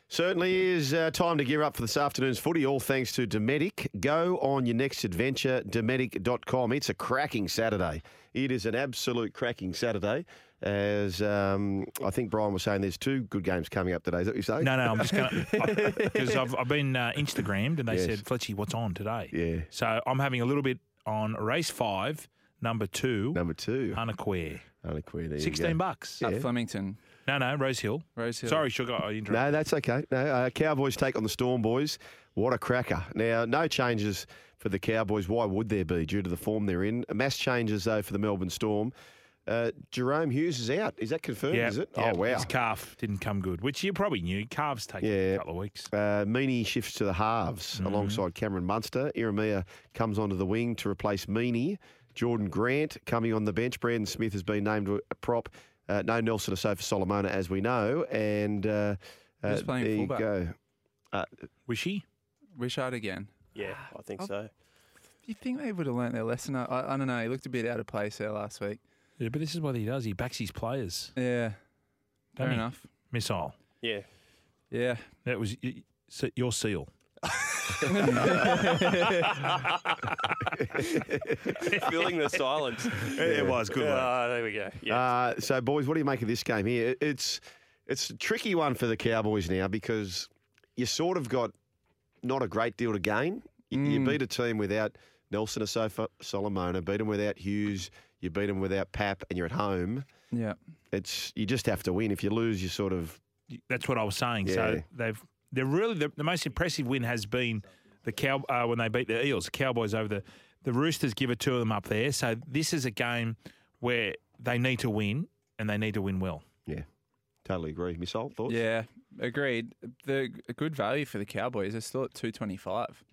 S6: Certainly is uh, time to gear up for this afternoon's footy, all thanks to Dometic. Go on your next adventure, Dometic.com. It's a cracking Saturday. It is an absolute cracking Saturday. As um, I think Brian was saying, there's two good games coming up today. Is that what you're saying?
S7: No, no, I'm just
S6: <laughs>
S7: going to. Because I've, I've been uh, Instagrammed and they
S6: Yes.
S7: said, Fletchy, what's on today?
S6: Yeah.
S7: So I'm having a little bit on race five, number two,
S6: Number two.
S7: Unaquare.
S6: Only queer, there you
S7: 16
S6: go.
S7: bucks.
S9: At Flemington,
S7: No, no, Rose Hill.
S9: Rose Hill.
S7: Sorry, Sugar, I interrupted.
S6: No, that's okay. No, uh, Cowboys take on the Storm Boys. What a cracker! Now, no changes for the Cowboys. Why would there be due to the form they're in? Mass changes though for the Melbourne Storm. Uh, Jerome Hughes is out. Is that confirmed?
S7: Yeah,
S6: Is it?
S7: yeah,
S6: oh wow.
S7: His calf didn't come good, which you probably knew. Calves take
S6: Yeah.
S7: a couple of weeks. Mm-hmm.
S6: Uh, Meany shifts to the halves alongside Cameron Munster. Iramia comes onto the wing to replace Meany. Jordan Grant coming on the bench. Brandon Smith has been named a prop. Uh, no Nelson or Sofa Solomona, as we know. And uh, uh,
S9: Who's playing
S6: there you
S9: fullback?
S6: go. Uh,
S7: Was she?
S9: Wishart again.
S8: Yeah, I think
S9: Oh.
S8: so.
S9: You think they would have learnt their lesson? I, I, I don't know. He looked a bit out of place there last week.
S7: Yeah, but this is what he does. He backs his players.
S9: Yeah,
S7: Don't
S9: fair
S7: he?
S9: enough.
S7: Missile. <laughs>
S8: Yeah. <laughs>
S9: Yeah,
S7: That was y- so your seal. <laughs>
S8: Filling the silence.
S7: It was good.
S8: Ah, there we go. Yeah.
S6: Uh, so, boys, what do you make of this game here? It- It's it's a tricky one for the Cowboys now because you sort of got not a great deal to
S9: Mm.
S6: gain. You, you beat a team without Nelson Asofa Solomona, beat them without Hughes. You you beat them without Pap, and you're at home.
S9: Yeah.
S6: It's you just have to win. If you lose, you sort of
S7: That's what I was saying.
S6: Yeah.
S7: So they've they're really the, the most impressive win has been the cow uh, when they beat the Eels, the Cowboys over the the Roosters give it two of them up there. So this is a game where they need to win and they need to win well.
S6: yeah. Totally agree. Missile thoughts?
S9: Yeah, agreed. The a good value for the Cowboys. They're still at two twenty five.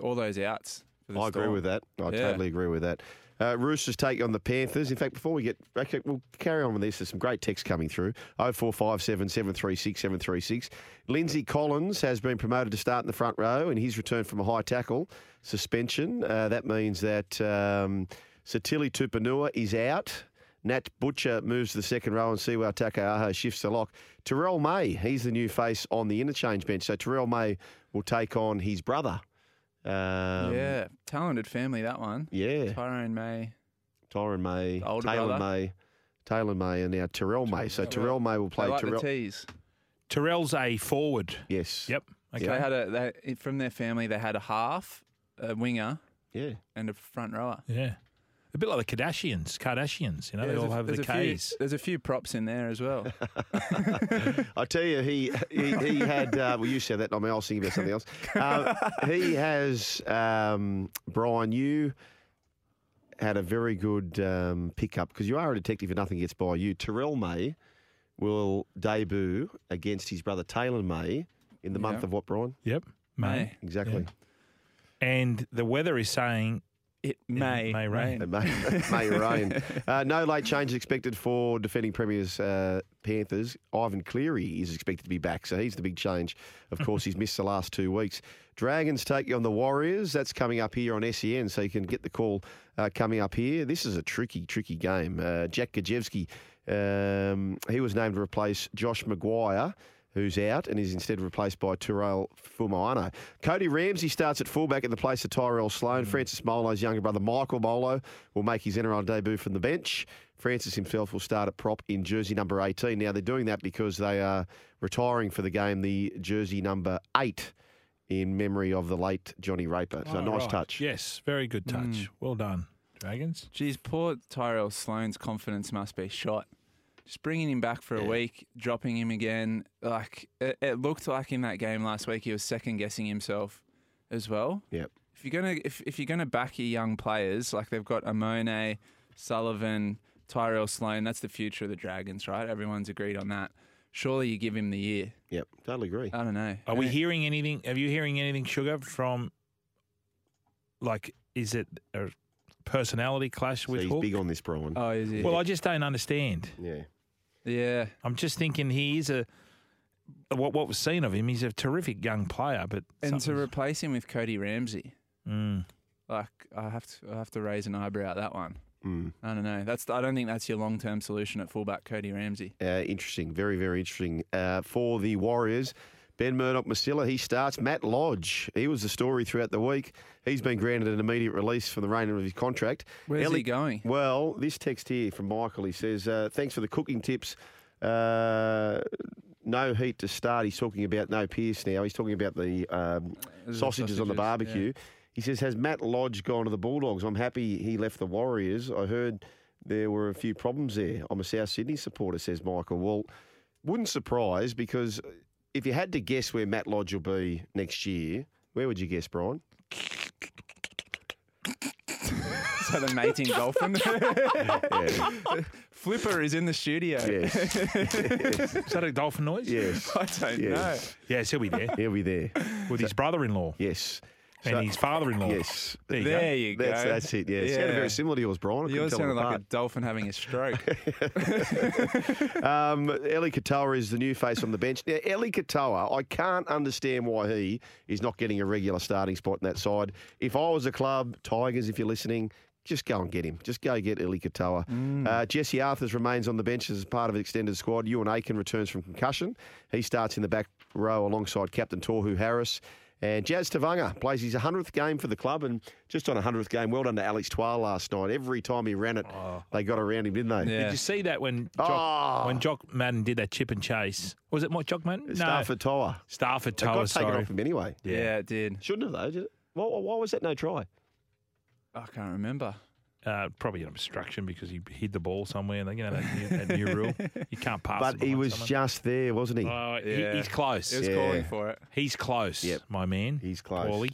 S9: All those outs. For the
S6: I agree
S9: Storm.
S6: with that. I
S9: Yeah.
S6: totally agree with that. Uh, Roosters take on the Panthers. In fact, before we get, okay, we'll carry on with this. There's some great text coming through. 0457 736 736. Lindsay Collins has been promoted to start in the front row and he's returned from a high tackle suspension. Uh, that means that um, Satili Tupanua is out. Nat Butcher moves to the second row and Siwa Takaaha shifts the lock. Terrell May, he's the new face on the interchange bench. So Terrell May will take on his brother. Um,
S9: yeah, talented family that one.
S6: yeah.
S9: Tyrone May.
S6: Tyron May,
S9: older
S6: Taylor
S9: brother.
S6: May, Taylor May, and now Terrell May. So Terrell May will play
S9: They like
S6: Terrell.
S9: the tees.
S7: Terrell's a forward.
S6: yes.
S7: Yep. Okay.
S9: They had a they, from their family. They had a half, a winger,
S6: Yeah.
S9: and a front rower.
S7: Yeah. A bit like the Kardashians. Kardashians. You know, they
S9: there's
S7: all
S9: a-
S7: have the
S9: there's a few-
S7: K's.
S9: there's a few props in there as well.
S6: I tell you, he
S7: <laughs>
S6: he, he had. Uh, well, you said that. I mean, I was thinking about something else. Uh, he has um, Brian. You had a very good um, pickup because you are a detective and nothing gets by you. Terrell May will debut against his brother Taylor May in the month
S9: Yeah.
S6: of what, Brian?
S7: Yep. May.
S9: May.
S6: Exactly.
S7: And the weather is saying
S9: It may,
S7: may rain.
S6: It may,
S7: <laughs>
S6: it <laughs> may rain. Uh, no late changes expected for defending premiers uh, Panthers. Ivan Cleary is expected to be back, so he's the big change. Of course, he's missed the last two weeks. Dragons take on the Warriors. That's coming up here on SEN, so you can get the call uh, coming up here. This is a tricky, tricky game. Uh, Jack Gajewski, um, he was named to replace Josh Maguire who's out and is instead replaced by Terrell Fumano. Cody Ramsey starts at fullback in the place of Tyrell Sloan.
S7: Hmm.
S6: Francis Molo's younger brother, Michael Molo, will make his NRL debut from the bench. Francis himself will start at prop in jersey number 18. Now, they're doing that because they are retiring for the game the jersey number 8 in memory of the late Johnny Raper. So,
S7: Oh,
S6: nice
S7: right.
S6: touch.
S7: Yes. Very good
S9: Hmm.
S7: touch. Well done, <laughs> Dragons.
S9: Geez, poor Tyrell Sloan's confidence must be shot. Just bringing him back for a week, dropping him again. Like it, it looked like in that game last week, he was second guessing himself as well.
S6: Yep.
S9: If you're gonna if, if you're gonna back your young players, like they've got Amone, Sullivan, Tyrell Sloan, that's the future of the Dragons, right? Everyone's agreed on that. Surely you give him the year.
S6: Yep. Totally agree.
S9: I don't know.
S7: Are we hearing anything? Are you hearing anything, Sugar, from like, is it a personality clash
S6: So
S7: with
S6: he's
S7: Hook?
S6: big on this, Brian.
S9: Oh, is he?
S7: Well, I just don't understand.
S6: yeah.
S9: yeah.
S7: I'm just thinking he is a, what, what was seen of him, he's a terrific young player, but.
S9: And to
S7: something's-
S9: replace him with Cody Ramsey,
S7: Mm.
S9: like I have to I have to raise an eyebrow at that one.
S7: Hmm.
S6: Mm.
S9: I don't know. That's I don't think that's your long term solution at fullback, Cody Ramsey.
S6: Uh, interesting, very, very interesting uh, for the Warriors. Ben Murdoch Masilla, he starts. Matt Lodge, he was the story throughout the week. He's been granted an immediate release from the remainder of his contract.
S9: Where's
S6: Ellie-
S9: he going?
S6: Well, this text here from Michael, he says, uh, thanks for the cooking tips. Uh, no heat to start. He's talking about no Pierce now. He's talking about the um,
S9: Those are
S6: sausages, on the
S9: sausages, yeah.
S6: barbecue. He says, Has Matt Lodge gone to the Bulldogs? I'm happy he left the Warriors. I heard there were a few problems there. I'm a South Sydney supporter, says Michael. Well, wouldn't surprise because if you had to guess where Matt Lodge will be next year, where would you guess,
S9: <laughs>
S6: Brian?
S9: So the
S7: <laughs>
S9: mating dolphin.
S6: <laughs>
S9: Flipper is in the studio.
S6: Yes.
S9: <laughs>
S7: Is that a dolphin noise?
S6: yes.
S9: I don't
S6: Yes.
S7: Yes, he'll be there
S6: He'll be there.
S7: with his brother in law
S6: Yes.
S7: and
S6: So-
S7: his father in law.
S6: Yes.
S7: There
S9: know.
S7: you
S9: There
S7: go.
S9: you go.
S6: That's, that's it, yeah. It sounded very similar to yours, Brian. I couldn't
S9: Yours
S6: tell them
S9: sounded like a
S6: apart.
S9: dolphin having
S6: <laughs>
S9: a stroke.
S6: Um, Eli Katoa is the new face on the bench. Now, Eli Katoa, I can't understand why he is not getting a regular starting spot in that side. If I was a club, Tigers, if you're listening, just go and get him. Just go get Eli Katoa. Uh, Jesse Arthurs remains on the bench as part of an extended squad. Ewan Aiken returns from concussion. He starts in the back row alongside Captain Torhu Harris. And Jazz Tavanga plays his 100th game for the club and just on 100th game. Well done to Alex Twa last night. Every time he ran it, they got around him, didn't they?
S9: Yeah.
S7: Did you see that when Jock,
S6: Oh.
S7: when Jock Madden did that chip and chase? Was it Mike Jock Madden?
S6: Stafford Tower.
S7: Stafford
S6: It got
S7: Tower,
S6: taken
S7: sorry.
S6: off him anyway.
S9: yeah, it did.
S6: Shouldn't have though. Did it? Why, why was that no try?
S9: I can't remember.
S7: Uh, probably an obstruction because he hid the ball somewhere. And you know that new, that new rule, you can't pass.
S6: But
S7: it
S6: he
S7: behind
S6: was
S7: someone.
S6: just there, wasn't he?
S7: Oh, he- he's close.
S6: He was Yeah. calling for
S9: it.
S7: He's close.
S6: Yep.
S7: My man.
S6: He's close.
S7: Paulie.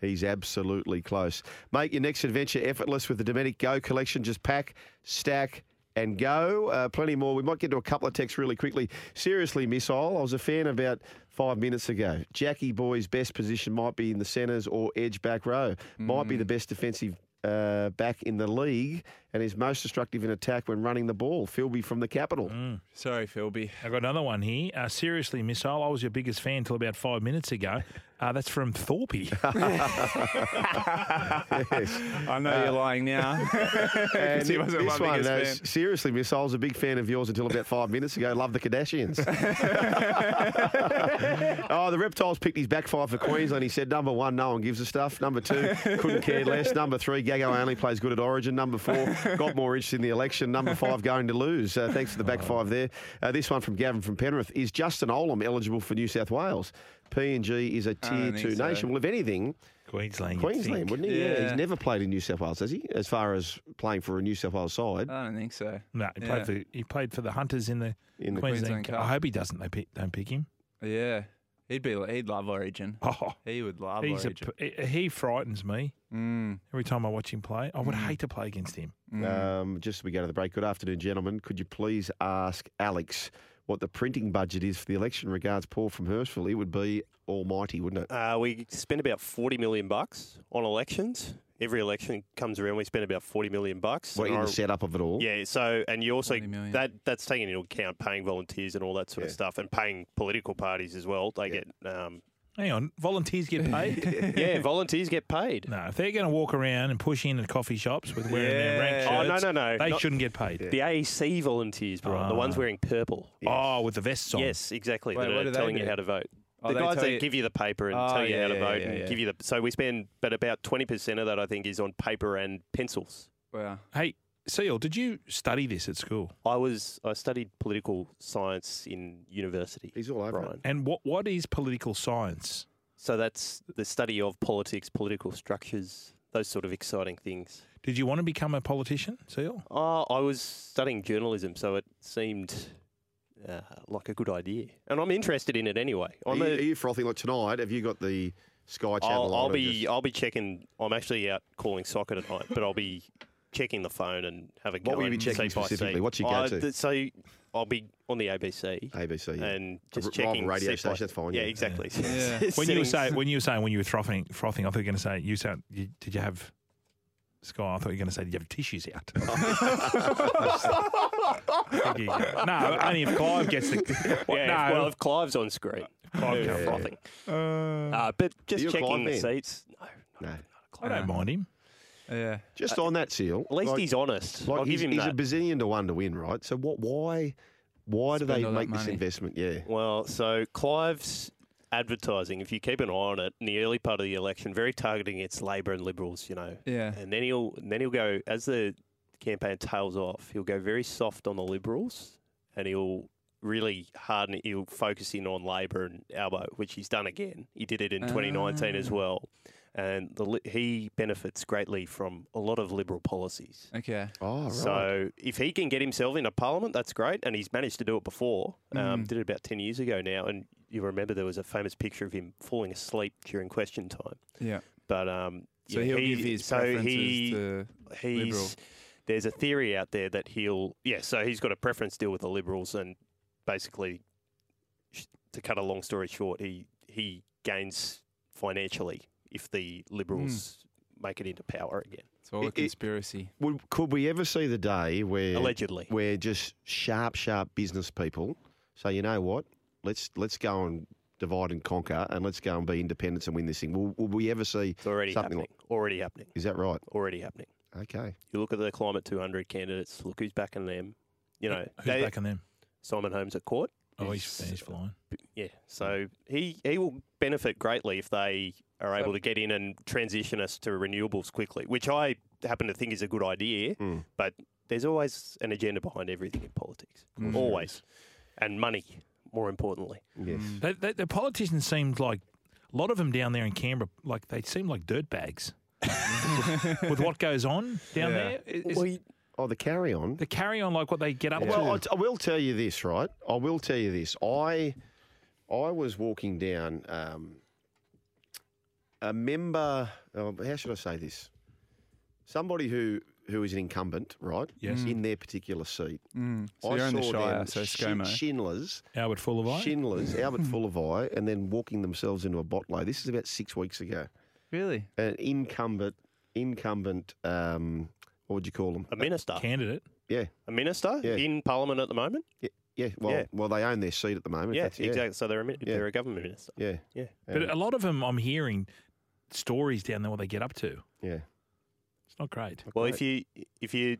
S6: He's absolutely close. Make your next adventure effortless with the Dometic Go collection. Just pack, stack, and go. Uh, plenty more. We might get to a couple of texts really quickly. Seriously, Missile, I was a fan about five minutes ago. Jackie Boy's best position might be in the centres or edge back row. Might
S7: Mm.
S6: be the best defensive uh, back in the league and is most destructive in attack when running the ball. Philby from the capital.
S9: Sorry, Philby.
S7: I Mm. got another one here. Uh, seriously, missile. I was your biggest fan till about five minutes
S9: <laughs>
S7: ago. Uh, that's from Thorpe.
S9: I know you're
S6: <laughs>
S9: lying now. <laughs> 'Cause he
S6: Uh, And
S9: wasn't my
S6: this one,
S9: biggest
S6: uh,
S9: fan.
S6: seriously, Miss, I was a big fan of yours until about five minutes ago. Love the
S9: <laughs>
S6: Kardashians. oh, the Reptiles picked his back five for Queensland. He said, number one, no one gives a stuff. Number two, couldn't care less. Number three, Gago only plays good at Origin. Number four, got more interest in the election. Number five, going to lose. Uh, thanks for the back five there. Uh, this one from Gavin from Penrith. Is Justin Olam eligible for New South Wales? PNG is a
S9: I don't
S6: tier two
S9: think so.
S6: nation. Well, if anything,
S7: Queensland. you'd
S6: Queensland,
S7: think.
S6: wouldn't he? Yeah.
S9: Yeah.
S6: he's never played in New South Wales, has he? As far as playing for a New South Wales side,
S8: Uh,
S9: I don't think so.
S7: No, he
S9: Yeah.
S7: played for he played for the Hunters in the
S6: In the
S7: Queensland.
S9: Queensland
S7: Cup.
S9: Cup.
S7: I hope he doesn't. They pick, don't pick him.
S9: Yeah, he'd be. He'd love Origin.
S7: Oh,
S9: He would love
S7: he's a,
S9: Origin.
S7: p- he frightens me
S9: mm.
S7: every time I watch him play. I would hate to play against him.
S6: um, just as we go to the break, good afternoon, gentlemen. Could you please ask Alex what the printing budget is for the election? Regards, Paul from Hurstville. It would be almighty, wouldn't it?
S8: Uh, we spend about 40 million bucks on elections. Every election comes around, we spend about 40 million bucks.
S6: Well,
S8: And
S6: in
S8: I-
S6: the setup of it all,
S8: Yeah, so and you also
S9: 40 million.
S8: that that's taking into account paying volunteers and all that sort of
S6: Yeah.
S8: stuff, and paying political parties as well. They get
S6: <laughs>
S8: um,
S7: Hang on, volunteers get paid.
S8: <laughs> yeah, volunteers get
S7: <laughs>
S8: paid.
S7: no, if they're going to walk around and push in at coffee shops with wearing their rank
S8: Yeah. Oh, no,
S7: shirts,
S8: no, no,
S7: they
S8: not-
S7: shouldn't get paid. Ah.
S8: The AEC volunteers, Brian, the ones wearing purple.
S7: Oh, with the vests on.
S8: Yes, exactly.
S9: Wait,
S8: that
S9: what
S8: are
S9: do they
S8: telling you
S9: do?
S8: how to vote.
S9: Oh,
S8: the
S9: they
S8: guys
S9: tell
S8: that
S9: you-
S8: give you the paper and
S9: Oh,
S8: tell you
S9: yeah,
S8: how to
S9: yeah,
S8: vote
S9: yeah,
S8: and
S9: yeah.
S8: give you the. So we spend, but about twenty percent of that I think is on paper and pencils.
S9: Wow.
S7: Hey, Seal, did you study this at school?
S8: I was I studied political science in university.
S6: He's all over it.
S8: Brian.
S7: And what what is political science?
S8: So that's the study of politics, political structures, those sort of exciting things.
S7: Did you want to become a politician, Seal?
S8: Uh, I was studying journalism, so it seemed uh, like a good idea, and I'm interested in it anyway.
S6: Are
S8: I'm
S6: you,
S8: a-
S6: are you frothing like tonight? Have you got the Sky Channel?
S8: I'll,
S6: on
S8: I'll
S6: or
S8: be
S6: just-
S8: I'll be checking. I'm actually out calling soccer tonight, but I'll be checking the phone and have a go.
S6: What will you be
S8: at
S6: checking
S8: seat by
S6: specifically?
S8: seat.
S6: What's your
S8: Uh,
S6: go-to?
S8: th- so I'll be on the ABC
S6: ABC. Yeah.
S8: and just
S6: r-
S8: checking
S6: rival radio
S8: seat by-
S6: station, that's fine,
S8: Yeah,
S6: yeah.
S8: exactly. <laughs>
S9: <laughs> Yeah.
S7: When you were
S8: Settings. <laughs>
S7: say when you were saying when you were frothing frothing, I thought you were going to say you sound. You, did you have sky? I thought you were going to say did you have tissues
S6: <laughs>
S7: out? <laughs> no, only if Clive gets the. <laughs>
S8: yeah, if-
S7: no,
S8: well, if Clive's on screen,
S7: Clive
S8: yeah.
S7: can't froth.
S8: frothing. Uh, but just
S6: you a
S8: checking
S6: Clive
S8: the
S6: man?
S8: seats. No,
S6: No.
S7: I don't mind him.
S9: Yeah.
S6: Just on that seal.
S8: Uh, at least
S6: like-
S8: he's honest.
S6: like
S8: I'll
S6: he's,
S8: give him
S6: he's
S8: that.
S6: a bazillion to one to win, right? So what? Why? Why do
S9: Spend
S6: they
S9: all that
S6: make this
S9: money.
S6: investment? Yeah.
S8: Well, so Clive's advertising, if you keep an eye on it, in the early part of the election, very targeting its Labor and Liberals, you know.
S9: Yeah.
S8: And then he'll and then he'll go as the campaign tails off, he'll go very soft on the Liberals and he'll really harden he'll focus in on Labor and Albo, which he's done again. He did it in 2019
S9: Ah.
S8: as well. And the, li- he benefits greatly from a lot of liberal policies.
S9: Okay.
S6: Oh right.
S8: So if he can get himself into Parliament, that's great, and he's managed to do it before.
S9: Mm.
S8: Um, did it about ten years ago now, and you remember there was a famous picture of him falling asleep during question time.
S9: Yeah.
S8: But um,
S9: So
S8: yeah,
S9: he'll
S8: he-
S9: give his
S8: so
S9: preferences
S8: he-
S9: to
S8: he's
S9: liberal.
S8: there's a theory out there that he'll yeah. So he's got a preference deal with the Liberals, and basically, sh- to cut a long story short, he he gains financially if the Liberals make it into power again,
S9: Hmm. It's all
S6: It-
S9: a
S6: it-
S9: conspiracy.
S6: Would, could we ever see the day where
S8: allegedly.
S6: where just sharp, sharp business people say, you know what, let's let's go and divide and conquer, and let's go and be independents and win this thing? Will, will we ever see?
S8: It's already
S6: Something
S8: happening. already happening.
S6: Is that right?
S8: Already happening.
S6: Okay.
S8: You look at the Climate 200 candidates, look who's backing them. You know,
S7: Who's
S8: they-
S7: backing them?
S8: Simon Holmes at court.
S7: Oh,
S8: is-
S7: he's, he's flying.
S8: Yeah, so he, he will benefit greatly if they are able to get in and transition us to renewables quickly, which I happen to think is a good idea,
S6: Mm.
S8: but there's always an agenda behind everything in politics. Always. And money, more importantly.
S6: Yes.
S9: Mm.
S7: They, they, the
S6: <laughs>
S7: politicians seemed like a lot of them down there in Canberra, like they seem like dirtbags. with what goes on down
S6: Yeah.
S7: there? Is-
S6: Well, you- oh, the carry on.
S7: The carry on, like what they get up
S6: well, I
S7: to.
S6: t- I will tell you this, right? I will tell you this. I I was walking down. Um, a member, oh, how should I say this? Somebody who who is an incumbent, right?
S7: Yes.
S6: In their particular seat.
S9: Mm. So you're in the Shire, so ScoMo.
S6: Schindler's.
S7: Albert Fullerby?
S6: Schindler's, Albert
S7: <laughs> Hmm.
S6: Fullerby, and then walking themselves into a botlow. This is about six weeks ago.
S9: Really?
S6: An incumbent, incumbent, um, what would you call them?
S8: A minister.
S7: Candidate.
S6: Yeah.
S8: A minister
S6: Yeah.
S8: in Parliament at the moment?
S6: Yeah, yeah, well,
S8: Yeah.
S6: well, they own their seat at the moment. if
S8: yeah,
S6: that's-
S8: exactly. So they're a, mi-
S6: Yeah.
S8: they're a government minister.
S6: Yeah.
S8: Yeah.
S7: But a
S6: Um,
S7: lot of them, I'm hearing stories down there what they get up to.
S6: Yeah.
S7: It's not great.
S8: Well, if you if you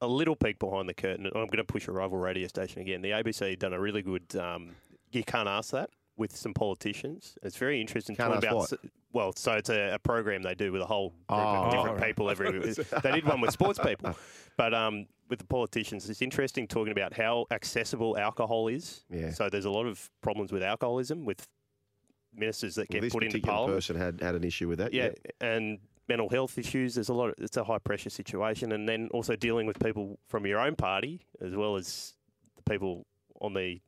S8: a little peek behind the curtain, and I'm going to push a rival radio station again. The ABC done a really good. Um, you can't ask that with some politicians. It's very interesting.
S6: Can't
S8: talking
S6: Ask
S8: about
S6: What?
S8: s- well, so it's a, a program they do with a whole group
S6: Oh,
S8: of different
S6: alright.
S8: people every.
S6: <laughs>
S8: they did one with sports people, but um, with the politicians, it's interesting talking about how accessible alcohol is.
S6: Yeah.
S8: So there's a lot of problems with alcoholism with ministers that
S6: well,
S8: get
S6: this
S8: put into
S6: particular
S8: parliament
S6: person had, had an issue with that.
S8: yeah, and mental health issues. There's a lot. Of, it's a high pressure situation, and then also dealing with people from your own party as well as the people on the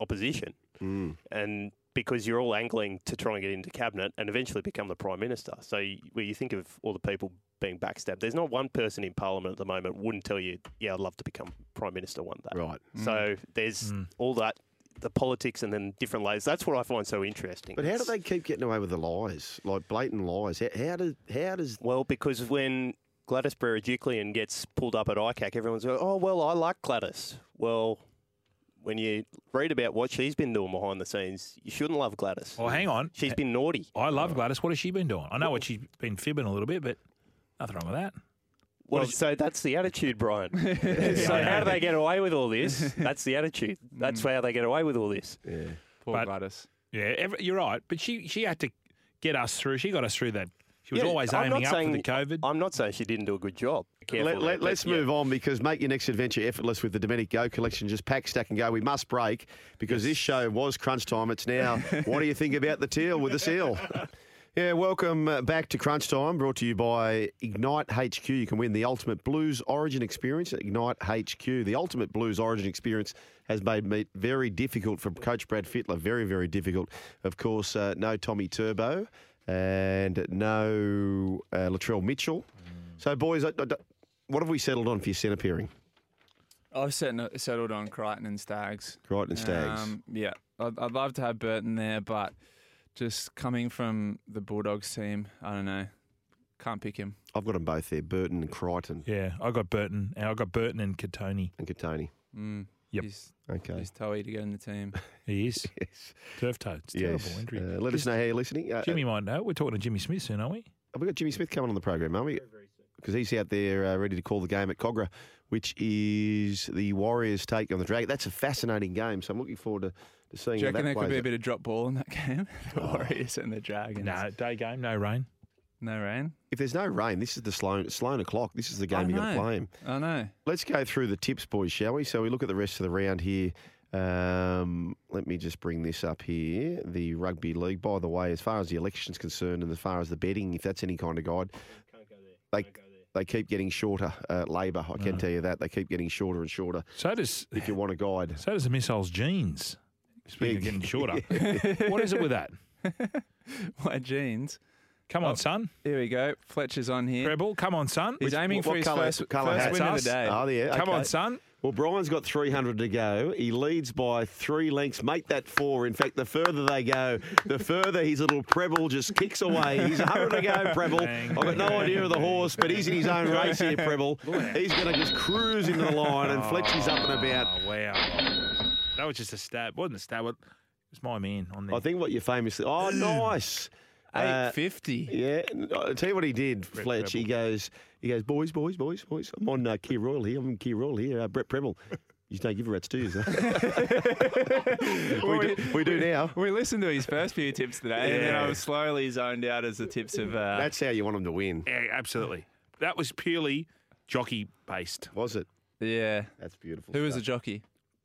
S8: opposition,
S6: Mm.
S8: and because you're all angling to try and get into cabinet and eventually become the prime minister. So you, where you think of all the people being backstabbed, there's not one person in parliament at the moment wouldn't tell you, yeah, I'd love to become prime minister one day.
S6: Right.
S8: So there's all that. The politics and then different layers. That's what I find so interesting.
S6: But how do
S8: It's-
S6: they keep getting away with the lies, like blatant lies? How, how do how does
S8: well, because when Gladys Berejiklian gets pulled up at ICAC, everyone's going, oh, well, I like Gladys. Well, when you read about what she's been doing behind the scenes, you shouldn't love Gladys.
S7: Well, hang on.
S8: She's been naughty.
S7: I love Gladys. What has she been doing? I know what she's been fibbing a little bit, but nothing wrong with that.
S8: Well, so that's the attitude,
S7: <laughs>
S8: Brian. <laughs> so how do they get away with all this? That's the attitude. That's how they get away with all this.
S6: Yeah.
S9: Poor
S7: But-
S9: Gladys.
S7: Yeah, every, you're right. But she she had to get us through. She got us through that. She was
S8: Yeah,
S7: always
S8: I'm not
S7: aiming up for the
S8: saying-
S7: COVID.
S8: I'm not saying she didn't do a good job. Careful
S6: Let,
S8: there,
S6: let,
S8: but
S6: let's
S8: yeah.
S6: move on because make your next adventure effortless with the Dominic Go collection. Just pack, stack, and go. We must break because this show was crunch time. It's now. what do you think about the teal with the
S8: <laughs>
S6: seal? Yeah, welcome uh, back to Crunch Time, brought to you by Ignite HQ. You can win the ultimate blues origin experience at Ignite HQ. The ultimate blues origin experience has made me very difficult for Coach Brad Fittler. Very, very difficult. Of course, uh, no Tommy Turbo and no uh, Latrell Mitchell. So, boys, I, I- I- what have we settled on for your centre pairing?
S9: I've set, settled on Crichton and Stags. Um,
S6: Crichton and Stags.
S9: yeah, I'd, I'd love to have Burton there, but just coming from the Bulldogs team, I don't know. Can't pick him.
S6: I've got them both there Burton and Crichton
S7: Yeah, I got Burton. and I got Burton and Katoni.
S6: and Katoni.
S9: Mm.
S7: Yep.
S9: He's,
S6: Okay.
S9: he's toey to get in the team.
S7: He is.
S6: <laughs> Yes.
S7: Turf toe. It's terrible
S6: Yes.
S7: injury.
S6: Uh, let us know how you're listening. Uh,
S7: Jimmy might know. We're talking to Jimmy Smith soon, aren't we?
S6: Have we got Jimmy Smith coming on the program, aren't we? Because he's out there uh, ready to call the game at Cogra, which is the Warriors' take on the Dragon. That's a fascinating game, so I'm looking forward to, to seeing
S9: Do you
S6: how that
S9: reckon there could
S6: plays Oh.
S9: be a
S6: out.
S9: bit of drop ball in that game? <laughs> The Warriors and the Dragons.
S7: No, day game, no rain.
S9: No rain?
S6: If there's no rain, this is the Sloan, Sloan o'clock. This is the
S9: I
S6: game you've got to
S9: know.
S6: play him.
S9: I know. <laughs>
S6: Let's go through the tips, boys, shall we? So we look at the rest of the round here. Um, let me just bring this up here. The rugby league, by the way, as far as the election's concerned and as far as the betting, if that's any kind of guide, they, they keep getting shorter. Uh, Labor, I can tell you that. They keep getting shorter and shorter.
S7: So does
S6: If you want a guide,
S7: so does the missile's jeans. Speaking of getting
S6: <laughs>
S7: shorter, what is it with that?
S9: My jeans. Oh,
S7: Come on, son.
S9: Here we go. Fletcher's on here.
S7: Treble. Come on, son.
S9: He's aiming for his
S6: colour-
S9: first,
S6: colour
S9: first
S6: hats?
S9: win of the
S7: Us?
S9: day.
S6: Oh, yeah.
S7: Come on,
S6: okay.
S7: son.
S6: Well, Brian's got 300 to go. He leads by three lengths. Make that four. In fact, the further they go, the further his little Preble just kicks away. He's 100 to go, Preble. I've got no idea of the horse, but he's in his own race here,
S9: <laughs>
S6: Preble. He's going to just cruise into the line, and Fletcher's up and about.
S7: Oh, wow. That was just a stab. wasn't a stab. It was my man on there.
S6: I think what you famously.
S7: <clears throat>
S6: Oh, nice. Uh,
S9: 850.
S6: Yeah, n- I'll tell you what he did, Fletch. He goes, he goes, boys, boys, boys, boys. I'm on uh, Keir Royal here. I'm on Keir Royal here. Uh, Brett Preble. <laughs> You don't give a rat's, do <laughs> you? we, do, we do now.
S9: We listened to his first few tips today, and then
S6: Yeah.
S9: I was slowly zoned out as the tips of. Uh,
S6: That's how you want him to win,
S7: Yeah, absolutely. That was purely jockey based.
S6: was it?
S9: yeah.
S6: That's beautiful.
S9: Who was the
S6: stuff.
S9: jockey?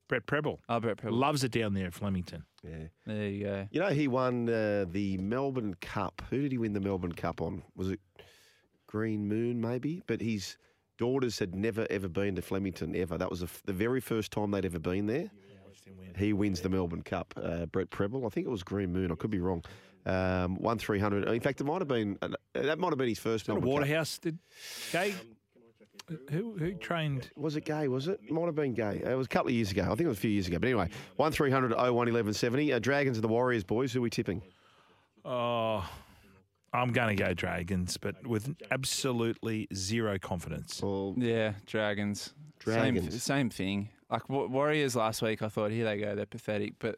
S7: Brett Preble
S9: Albert Oh, Preble.
S7: loves it down there at Flemington.
S6: Yeah.
S9: There you go.
S6: You know, he won uh, the Melbourne Cup. Who did he win the Melbourne Cup on? Was it Green Moon, maybe. But his daughters had never ever been to Flemington ever. That was the f- the very first time they'd ever been there. He wins the Melbourne Cup. Uh, Brett Preble, I think it was Green Moon. I could be wrong. Um, one three hundred. In fact, it might have been uh, that might have been his first.
S7: Not a
S6: Melbourne Cup.
S7: Waterhouse did Gay. Who who trained?
S6: Was it Gay? Was it? Might have been Gay. It was a couple of years ago. I think it was a few years ago. But anyway, one 1170 uh, Dragons and the Warriors, boys. Who are we tipping?
S7: Oh, I'm going to go Dragons, but with absolutely zero confidence.
S9: yeah, Dragons. Same,
S7: Dragons.
S9: same thing. Like Wa- Warriors last week, I thought, here they go, they're pathetic, but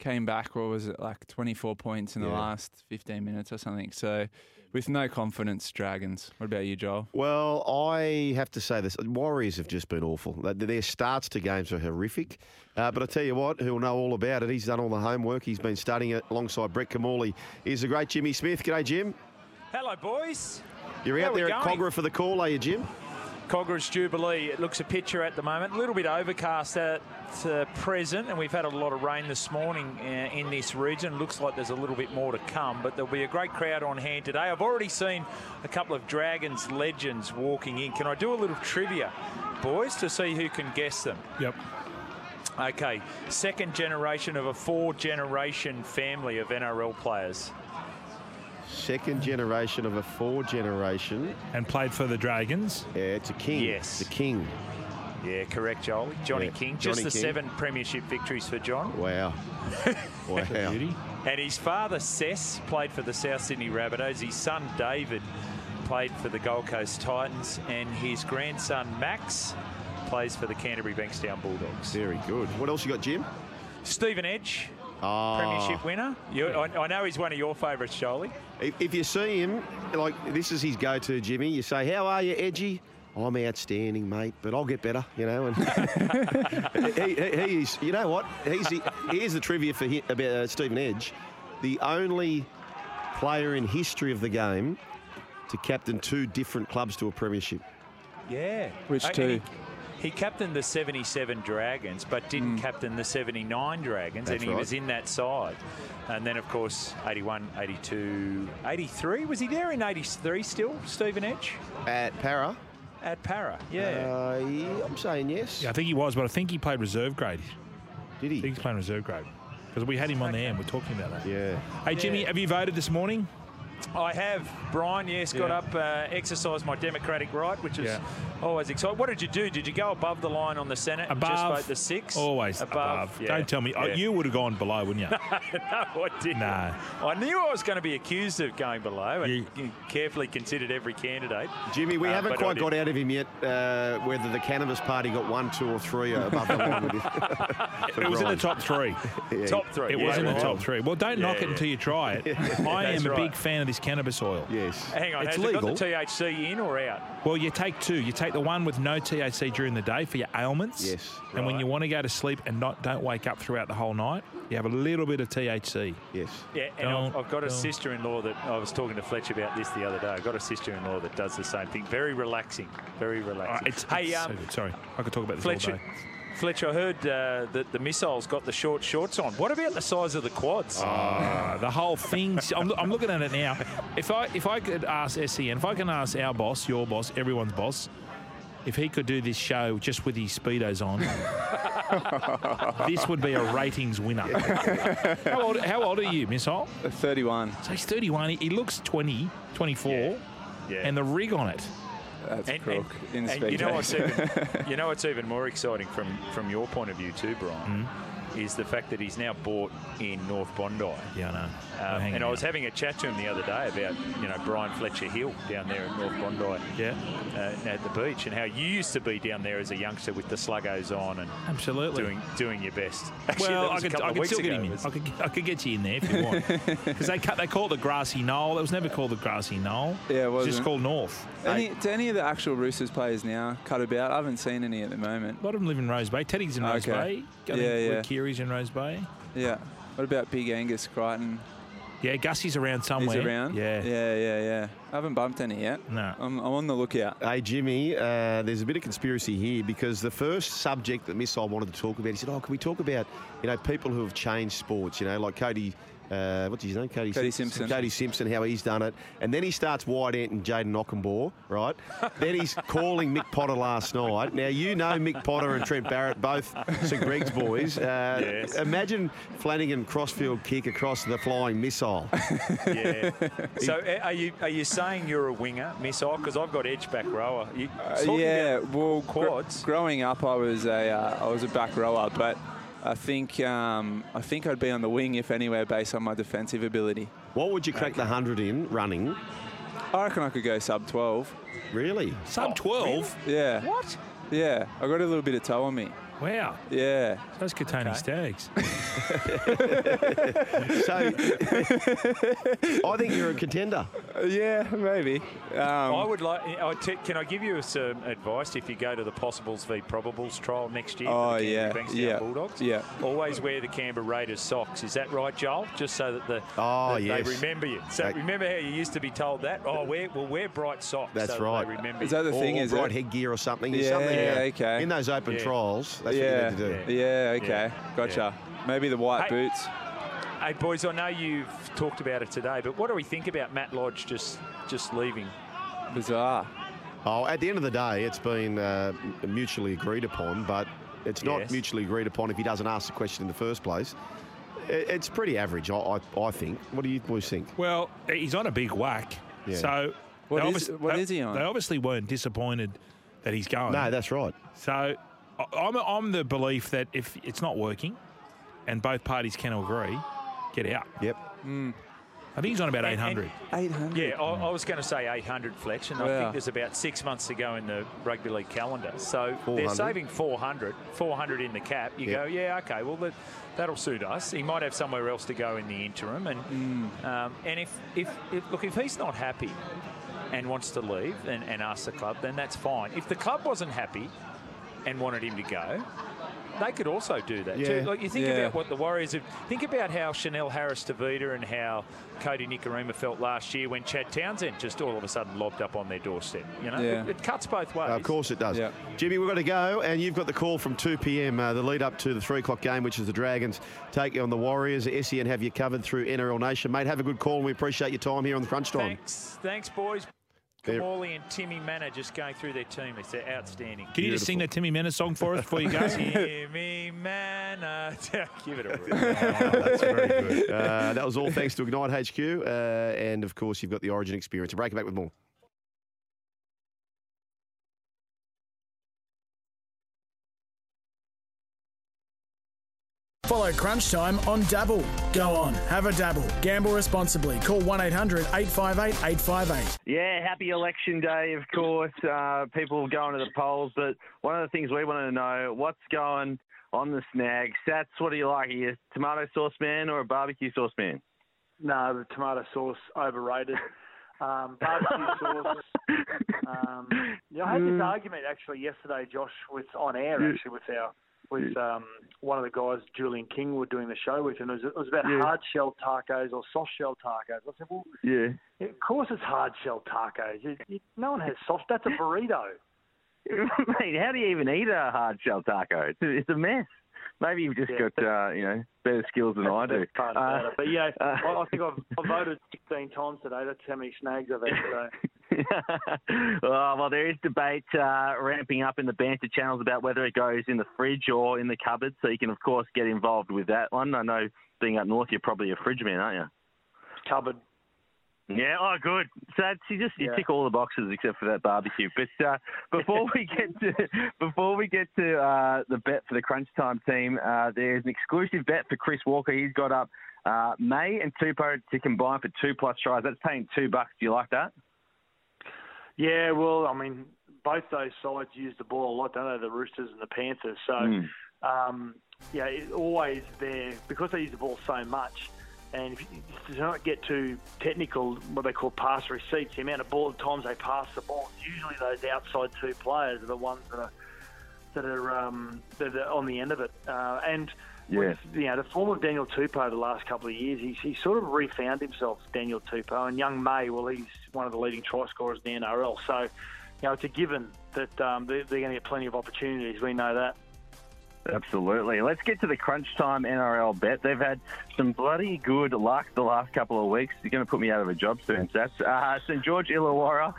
S9: came back. What was it like? Twenty four points in the
S6: Yeah.
S9: last fifteen minutes or something. So, with no confidence, Dragons. What about you, Joel?
S6: Well, I have to say this. Warriors have just been awful. Th- Their starts to games are horrific. Uh, but I tell you what, who'll know all about it? He's done all the homework. He's been studying it alongside Brett Kamali. Is the great Jimmy Smith. G'day, Jim.
S12: Hello, boys.
S6: You're
S12: Where
S6: out
S12: we
S6: there at
S12: going?
S6: Cogra for the call, are you, Jim?
S12: Cogra's Jubilee. It looks a picture at the moment. A little bit overcast at uh, present, and we've had a lot of rain this morning uh, in this region. Looks like there's a little bit more to come, but there'll be a great crowd on hand today. I've already seen a couple of Dragons legends walking in. Can I do a little trivia, boys, to see who can guess them?
S7: Yep.
S12: Okay, second generation of a four generation family of NRL players.
S6: Second generation of a four generation.
S7: And played for the Dragons.
S6: Yeah, it's a king.
S12: Yes.
S6: The king.
S12: Yeah, correct, Joel. Johnny
S6: Yeah,
S12: King.
S6: Johnny
S12: Just the
S6: King.
S12: seven premiership victories for John. <laughs>
S6: Wow. wow.
S12: And his father, Sess, played for the South Sydney Rabbitohs. His son, David, played for the Gold Coast Titans. And his grandson, Max, plays for the Canterbury Bankstown Bulldogs.
S6: Very good. What else you got, Jim?
S12: Stephen Edge,
S6: Ah.
S12: premiership winner. You, I, I know he's one of your favourites, Jolie.
S6: If, if you see him, like this is his go-to, Jimmy. You say, "How are you, Edgy?" I'm outstanding, mate, but I'll get better, you know. And <laughs> he, he, he is, you know what? He's the, here's the trivia for him, about uh, Stephen Edge, the only player in history of the game to captain two different clubs to a premiership.
S12: Yeah.
S6: Which
S12: And
S6: two?
S12: He, he captained the 77 Dragons, but
S7: Mm.
S12: didn't captain the 79 Dragons,
S6: That's
S12: and he
S6: right.
S12: was in that side. And then, of course, 81, 82, 83. Was he there in 83 still, Stephen Edge?
S6: At Para?
S12: At Para, yeah.
S6: Uh, yeah, I'm saying yes.
S7: Yeah, I think he was, but I think he played reserve grade.
S6: Did he?
S7: I think he's playing reserve grade because we had him on the air and we're talking about that.
S6: Yeah.
S7: Hey, Jimmy,
S12: Yeah.
S7: have you voted this morning?
S12: I have, Brian, yes, got
S7: Yeah.
S12: up, uh, exercised my democratic right, which is
S7: Yeah.
S12: always exciting. What did you do? Did you go above the line on the Senate and just
S7: Above.
S12: vote the six?
S7: Always above.
S12: yeah,
S7: Don't tell me. oh,
S12: yeah.
S7: you would have gone below, wouldn't
S12: <laughs>
S7: you?
S12: no, I didn't.
S7: No.
S12: I knew I was going to be accused of going below and carefully considered every candidate.
S6: Jimmy, we
S12: Uh,
S6: haven't
S12: but I
S6: quite got
S12: didn't.
S6: out of him yet uh, whether the Cannabis Party got one, two, or three above the line.
S7: <laughs>
S6: with
S7: It was in the top three.
S6: Yeah.
S12: Top three, <laughs>
S7: It
S12: yeah,
S7: was in the
S12: well.
S7: top three. Well, don't
S12: Yeah,
S7: knock
S12: <laughs>
S7: it
S12: yeah.
S7: until you try it. I
S12: That's
S7: am a
S12: right.
S7: big fan of this cannabis oil.
S6: Yes.
S12: Hang on,
S7: it's
S12: has
S7: legal.
S12: it got the THC in or out?
S7: well, you take two. You take the one with no THC during the day for your ailments.
S6: Yes.
S7: And when
S12: Right.
S7: you want to go to sleep and not don't wake up throughout the whole night, you have a little bit of THC.
S6: Yes.
S12: Yeah, and I've,
S7: Don't-
S12: I've got a
S7: don't.
S12: sister-in-law that I was talking to Fletch about this the other day. I've got a sister-in-law that does the same thing. Very relaxing. Very relaxing.
S7: It's,
S12: hey,
S7: it's so
S12: um,
S7: good. sorry, I could talk about this all
S12: Fletcher,
S7: day.
S12: Fletch, I heard uh, that the missiles got the short shorts on. What about the size of the quads?
S7: Ah, the whole thing. I'm, I'm looking at it now. If I if I could ask SEN, if I can ask our boss, your boss, everyone's boss, if he could do this show just with his speedos
S12: <laughs>
S7: on, this would <laughs> be a ratings winner.
S6: <laughs>
S7: how, old, how old are you, Miss Hole?
S9: 31.
S7: So he's 31. He, he looks 20, 24,
S12: Yeah.
S7: and the rig on it.
S9: That's
S12: And- and- and you know what's even, you know what's even more exciting from from your point of view too, Brian,
S7: Hmm?
S12: is the fact that he's now bought in North Bondi.
S7: Yeah, I know.
S12: Um,
S7: hanging
S12: and I
S7: out.
S12: was having a chat to him the other day about you know Brian Fletcher Hill down there at North Bondi,
S7: yeah,
S12: uh, at the beach, and how you used to be down there as a youngster with the sluggos on and
S7: Absolutely.
S12: doing doing your best. <laughs> Actually,
S7: well,
S12: that
S7: I
S12: was a
S7: could,
S12: couple
S7: I
S12: of
S7: could
S12: weeks
S7: still get
S12: ago.
S7: him
S12: It
S7: in.
S12: was-
S7: I could, I could get you in there if you want. Because they, ca- they call it the grassy knoll. It was never called the grassy knoll.
S9: Yeah, it
S7: was just
S9: wasn't.
S7: called North.
S9: Any, do any of the actual Roosters players now cut about? I haven't seen any at the moment.
S7: A lot of them live in Rose Bay. Teddy's in Rose
S9: Okay.
S7: Bay. I
S9: Yeah,
S7: think
S9: yeah.
S7: Kiri's in Rose Bay.
S9: Yeah. What about Big Angus Crichton?
S7: Yeah, Gussie's around somewhere.
S9: He's around.
S7: Yeah.
S9: Yeah, yeah, yeah. I haven't bumped any yet.
S7: No.
S9: I'm, I'm on the lookout.
S6: Hey, Jimmy, uh, there's a bit of conspiracy here because the first subject that Missile wanted to talk about, he said, Oh, can we talk about, you know, people who have changed sports? You know, like Cody Uh, what's his name? Cody,
S9: Cody
S6: Sim-
S9: Simpson.
S6: Cody Simpson, how he's done it. And then he starts wide Ant and Jaden Ockenbaugh,
S9: <laughs>
S6: right? then he's calling Mick Potter last night. Now, you know Mick Potter and Trent Barrett, both St Greg's boys. Uh,
S8: Yes.
S6: Imagine Flanagan crossfield kick across the flying
S9: <laughs>
S6: missile.
S12: yeah. <laughs>
S6: <laughs>
S12: So uh, are you are you saying you're a winger, Miss Ock? Because I've got edge back rower. You, talking
S9: Uh, yeah,
S12: about-
S9: well, gr- growing up, I was a uh, I was a back rower, but I think um, I think I'd be on the wing if anywhere, based on my defensive ability.
S6: What would you crack the hundred in running?
S9: I reckon I could go sub twelve.
S6: Really?
S7: Sub 12?
S9: Yeah.
S7: Oh, What?
S9: Yeah, I got a little bit of toe on me.
S7: Wow.
S9: Yeah.
S7: Those Katoni Stags.
S6: <laughs> so I think you're a contender.
S9: <laughs> Yeah, <laughs> maybe. Um,
S12: I would like. I t- can I give you some advice if you go to the Possibles v Probables trial next year?
S9: Oh,
S12: for the Canberra
S9: yeah,
S12: Bankstown
S9: yeah,
S12: Bulldogs.
S9: yeah.
S12: Always wear the Canberra Raiders socks. Is that right, Joel? Just so that the
S6: Oh,
S12: that
S6: yes.
S12: they remember you. So
S6: That-
S12: remember how you used to be told that? Oh, wear well, wear bright socks.
S6: That's
S12: so
S6: right.
S12: That they remember
S9: Is that the
S12: you.
S9: thing,
S6: Or
S9: is
S6: right
S9: it?
S6: headgear or something.
S9: Yeah,
S6: something you know,
S9: okay.
S6: In those open
S9: Yeah.
S6: trials, that's
S9: yeah.
S6: what you need to do.
S9: Yeah, okay.
S12: Yeah.
S9: Gotcha. Maybe the white
S12: Hey.
S9: boots.
S12: Hey boys, I know you've talked about it today, but what do we think about Matt Lodge just just leaving?
S9: Bizarre.
S6: Oh, at the end of the day, it's been uh, mutually agreed upon, but it's not
S12: Yes.
S6: mutually agreed upon if he doesn't ask the question in the first place. I- It's pretty average, I, I, I think. What do you boys think?
S7: Well, he's on a big whack.
S6: Yeah.
S7: So
S9: What
S7: they
S9: is-
S7: obvi-
S9: what
S7: they-
S9: is he on?
S7: They obviously weren't disappointed that he's going.
S6: No, that's right.
S7: So I- I'm, I'm the belief that if it's not working and both parties can agree, get out.
S6: Yep.
S7: I think he's on about
S12: And-
S7: 800.
S12: and-
S9: 800.
S12: Yeah, I, I was going to say 800 flex, and I
S9: Yeah.
S12: think there's about six months to go in the rugby league calendar. So
S6: 400.
S12: they're saving 400, 400 in the cap. You
S6: Yeah.
S12: go, yeah, okay, well that, that'll suit us. He might have somewhere else to go in the interim, and
S9: Mm.
S12: um, and if, if if look if he's not happy and wants to leave and, and ask the club, then that's fine. If the club wasn't happy and wanted him to go. They could also do that
S6: Yeah.
S12: too. Like you think
S9: Yeah.
S12: about what the Warriors have. Think about how Chanel Harris Tavita and how Cody Nicarima felt last year when Chad Townsend just all of a sudden lobbed up on their doorstep. You know,
S9: Yeah.
S12: it, it cuts both ways.
S6: Of course it does.
S9: Yeah.
S6: Jimmy, we've got to go, and you've got the call from 2 p.m., uh, the lead up to the 3 o'clock game, which is the Dragons taking on the Warriors. SEN have you covered through NRL Nation. Mate, have a good call, and we appreciate your time here on the Crunch Time.
S12: Thanks, thanks, boys.
S6: There-
S12: Kamali and Timmy Manor just going through their team. It's outstanding.
S7: Can you just sing that Timmy Menace song for us before you go?
S12: Timmy Manor, <laughs> give it
S6: <laughs>
S12: a rip.
S6: That's <laughs> very good. Uh, that was all thanks to Ignite HQ. Uh, and of course, you've got the Origin experience. Break it back with more.
S5: Follow Crunch Time on Dabble. Go on, have a dabble. Gamble responsibly. Call 1 800 858 858.
S13: Yeah, happy election day, of course. Uh, people going to the polls, but one of the things we want to know what's going on the snag. Sats, what do you like? Are you a tomato sauce man or a barbecue sauce man?
S14: No, the tomato sauce
S13: <laughs>
S14: overrated. Um, barbecue sauce. Um, yeah, I had this
S13: Mm.
S14: argument actually yesterday, Josh, with on air
S13: Yeah.
S14: actually with our with um, one of the guys, Julian King, were doing the show with, and it was, it was about
S13: Yeah.
S14: hard shell tacos or soft shell tacos. I said, well,
S13: Yeah.
S14: of course it's hard shell tacos. You, you, no one has soft. That's a burrito.
S13: <laughs> Mate, how do you even eat a hard shell taco? It's a, it's a mess. Maybe you've just
S14: Yeah.
S13: got, uh, you know, better skills than I do.
S14: Part of
S13: Uh,
S14: that. But yeah,
S13: <laughs> uh,
S14: I, I think I've, I voted 16 times today. That's how many snags I've had. So.
S13: <laughs> Oh, well, there is debate uh, ramping up in the banter channels about whether it goes in the fridge or in the cupboard. So you can, of course, get involved with that one. I know being up north, you're probably a fridge man, aren't
S14: Cupboard.
S13: you? Yeah. Oh, good. So it's, you just you tick all the boxes except for that barbecue. But uh, before we get to <laughs> before we get to uh, the bet for the crunch time team, uh, there's an exclusive bet for Chris Walker. He's got up uh, May and Tupou to combine for two plus tries. That's paying two bucks. Do you like that?
S14: Yeah, well, I mean, both those sides use the ball a lot, don't they? The Roosters and the Panthers. So,
S13: Mm.
S14: um, yeah, it always there because they use the ball so much. And if you to not get too technical, what they call pass receipts, the amount of ball times they pass the ball, it's usually those outside two players are the ones that are that are um, that are on the end of it. Uh, and
S13: Yeah.
S14: you know, the form of Daniel Tupou the last couple of years, he's, he's sort of refound himself, Daniel Tupou. And young May, well, he's one of the leading try scorers in the NRL. So, you know, it's a given that um, they're, they're going to get plenty of opportunities. We know that.
S13: Absolutely. Let's get to the crunch time NRL bet. They've had some bloody good luck the last couple of weeks. You're going to put me out of a job soon, Sats. Uh, St George Illawarra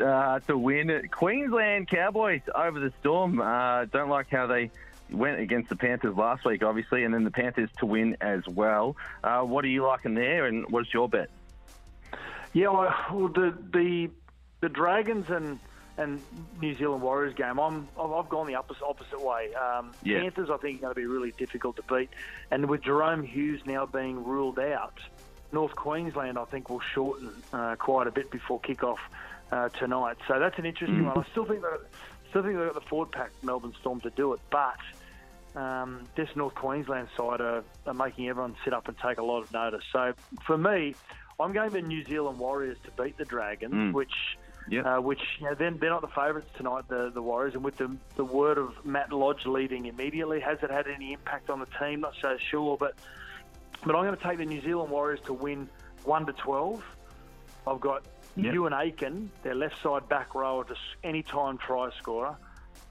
S13: uh, to win. Queensland Cowboys over the Storm. Uh, don't like how they went against the Panthers last week, obviously, and then the Panthers to win as well. Uh, what are you liking there, and what's your bet?
S14: Yeah, well, well, the the the Dragons and and New Zealand Warriors game, I'm I've I've gone the opposite opposite way. Um,
S13: Yeah.
S14: Panthers, I think, are going to be really difficult to beat, and with Jerome Hughes now being ruled out, North Queensland, I think, will shorten uh, quite a bit before kickoff uh, tonight. So that's an interesting one. I still think that still think they've got the forward pack Melbourne Storm to do it, but. Um, this North Queensland side are, are making everyone sit up and take a lot of notice. So for me, I'm going to New Zealand Warriors to beat the Dragons,
S13: Mm.
S14: which uh, which you know, they're, they're not the favourites tonight, the, the Warriors. And with the, the word of Matt Lodge leaving immediately, has it had any impact on the team? Not so sure, but but I'm going to take the New Zealand Warriors to win one to twelve. I've got Ewan Aiken, their left side back rower, to s- any time try scorer,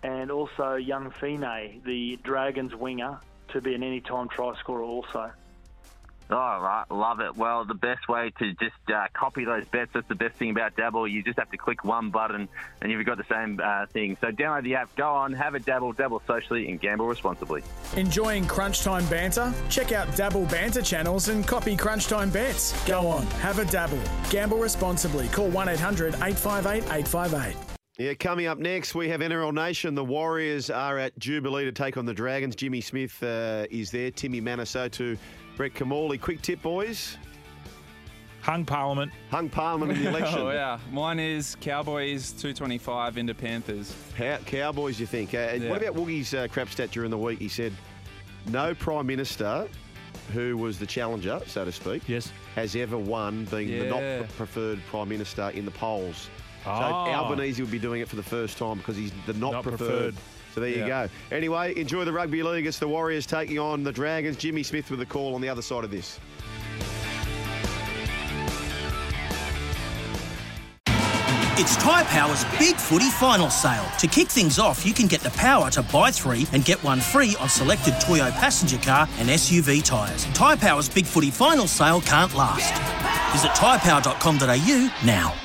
S14: and also Young Fine, the Dragons winger, to be an any time try scorer also.
S13: Oh, right. Love it. Well, the best way to just uh, copy those bets, that's the best thing about Dabble. You just have to click one button and you've got the same uh, thing. So download the app, go on, have a dabble, dabble socially, and gamble responsibly.
S5: Enjoying Crunch Time banter? Check out Dabble banter channels and copy Crunch Time bets. Go on, have a dabble. Gamble responsibly. Call 1 800 858 858.
S6: Yeah, coming up next, we have NRL Nation. The Warriors are at Jubilee to take on the Dragons. Jimmy Smith uh, is there. Timmy Manasotu, Brett Kamali. Quick tip, boys.
S7: Hung Parliament.
S6: Hung Parliament
S9: <laughs>
S7: <laughs>
S6: in the election.
S9: oh, yeah. Mine is Cowboys 225 into Panthers.
S6: How, Cowboys, you think? Uh, and What
S9: Yeah.
S6: about Woogie's uh, crap stat during the week? He said, no Prime Minister who was the challenger, so to speak, yes. has ever won being the
S9: Yeah.
S6: not preferred Prime Minister in the polls.
S9: Ah.
S6: So Albanese will be doing it for the first time because he's the not,
S7: Not
S6: preferred.
S7: preferred.
S6: So there you
S7: Yeah.
S6: go. Anyway, enjoy the rugby league. It's the Warriors taking on the Dragons. Jimmy Smith with the call on the other side of this.
S15: It's Tyre Power's Big Footy Final Sale. To kick things off, you can get the power to buy three and get one free on selected Toyo passenger car and SUV tyres. Tyre Power's Big Footy Final Sale can't last. Visit tyrepower.com.au now.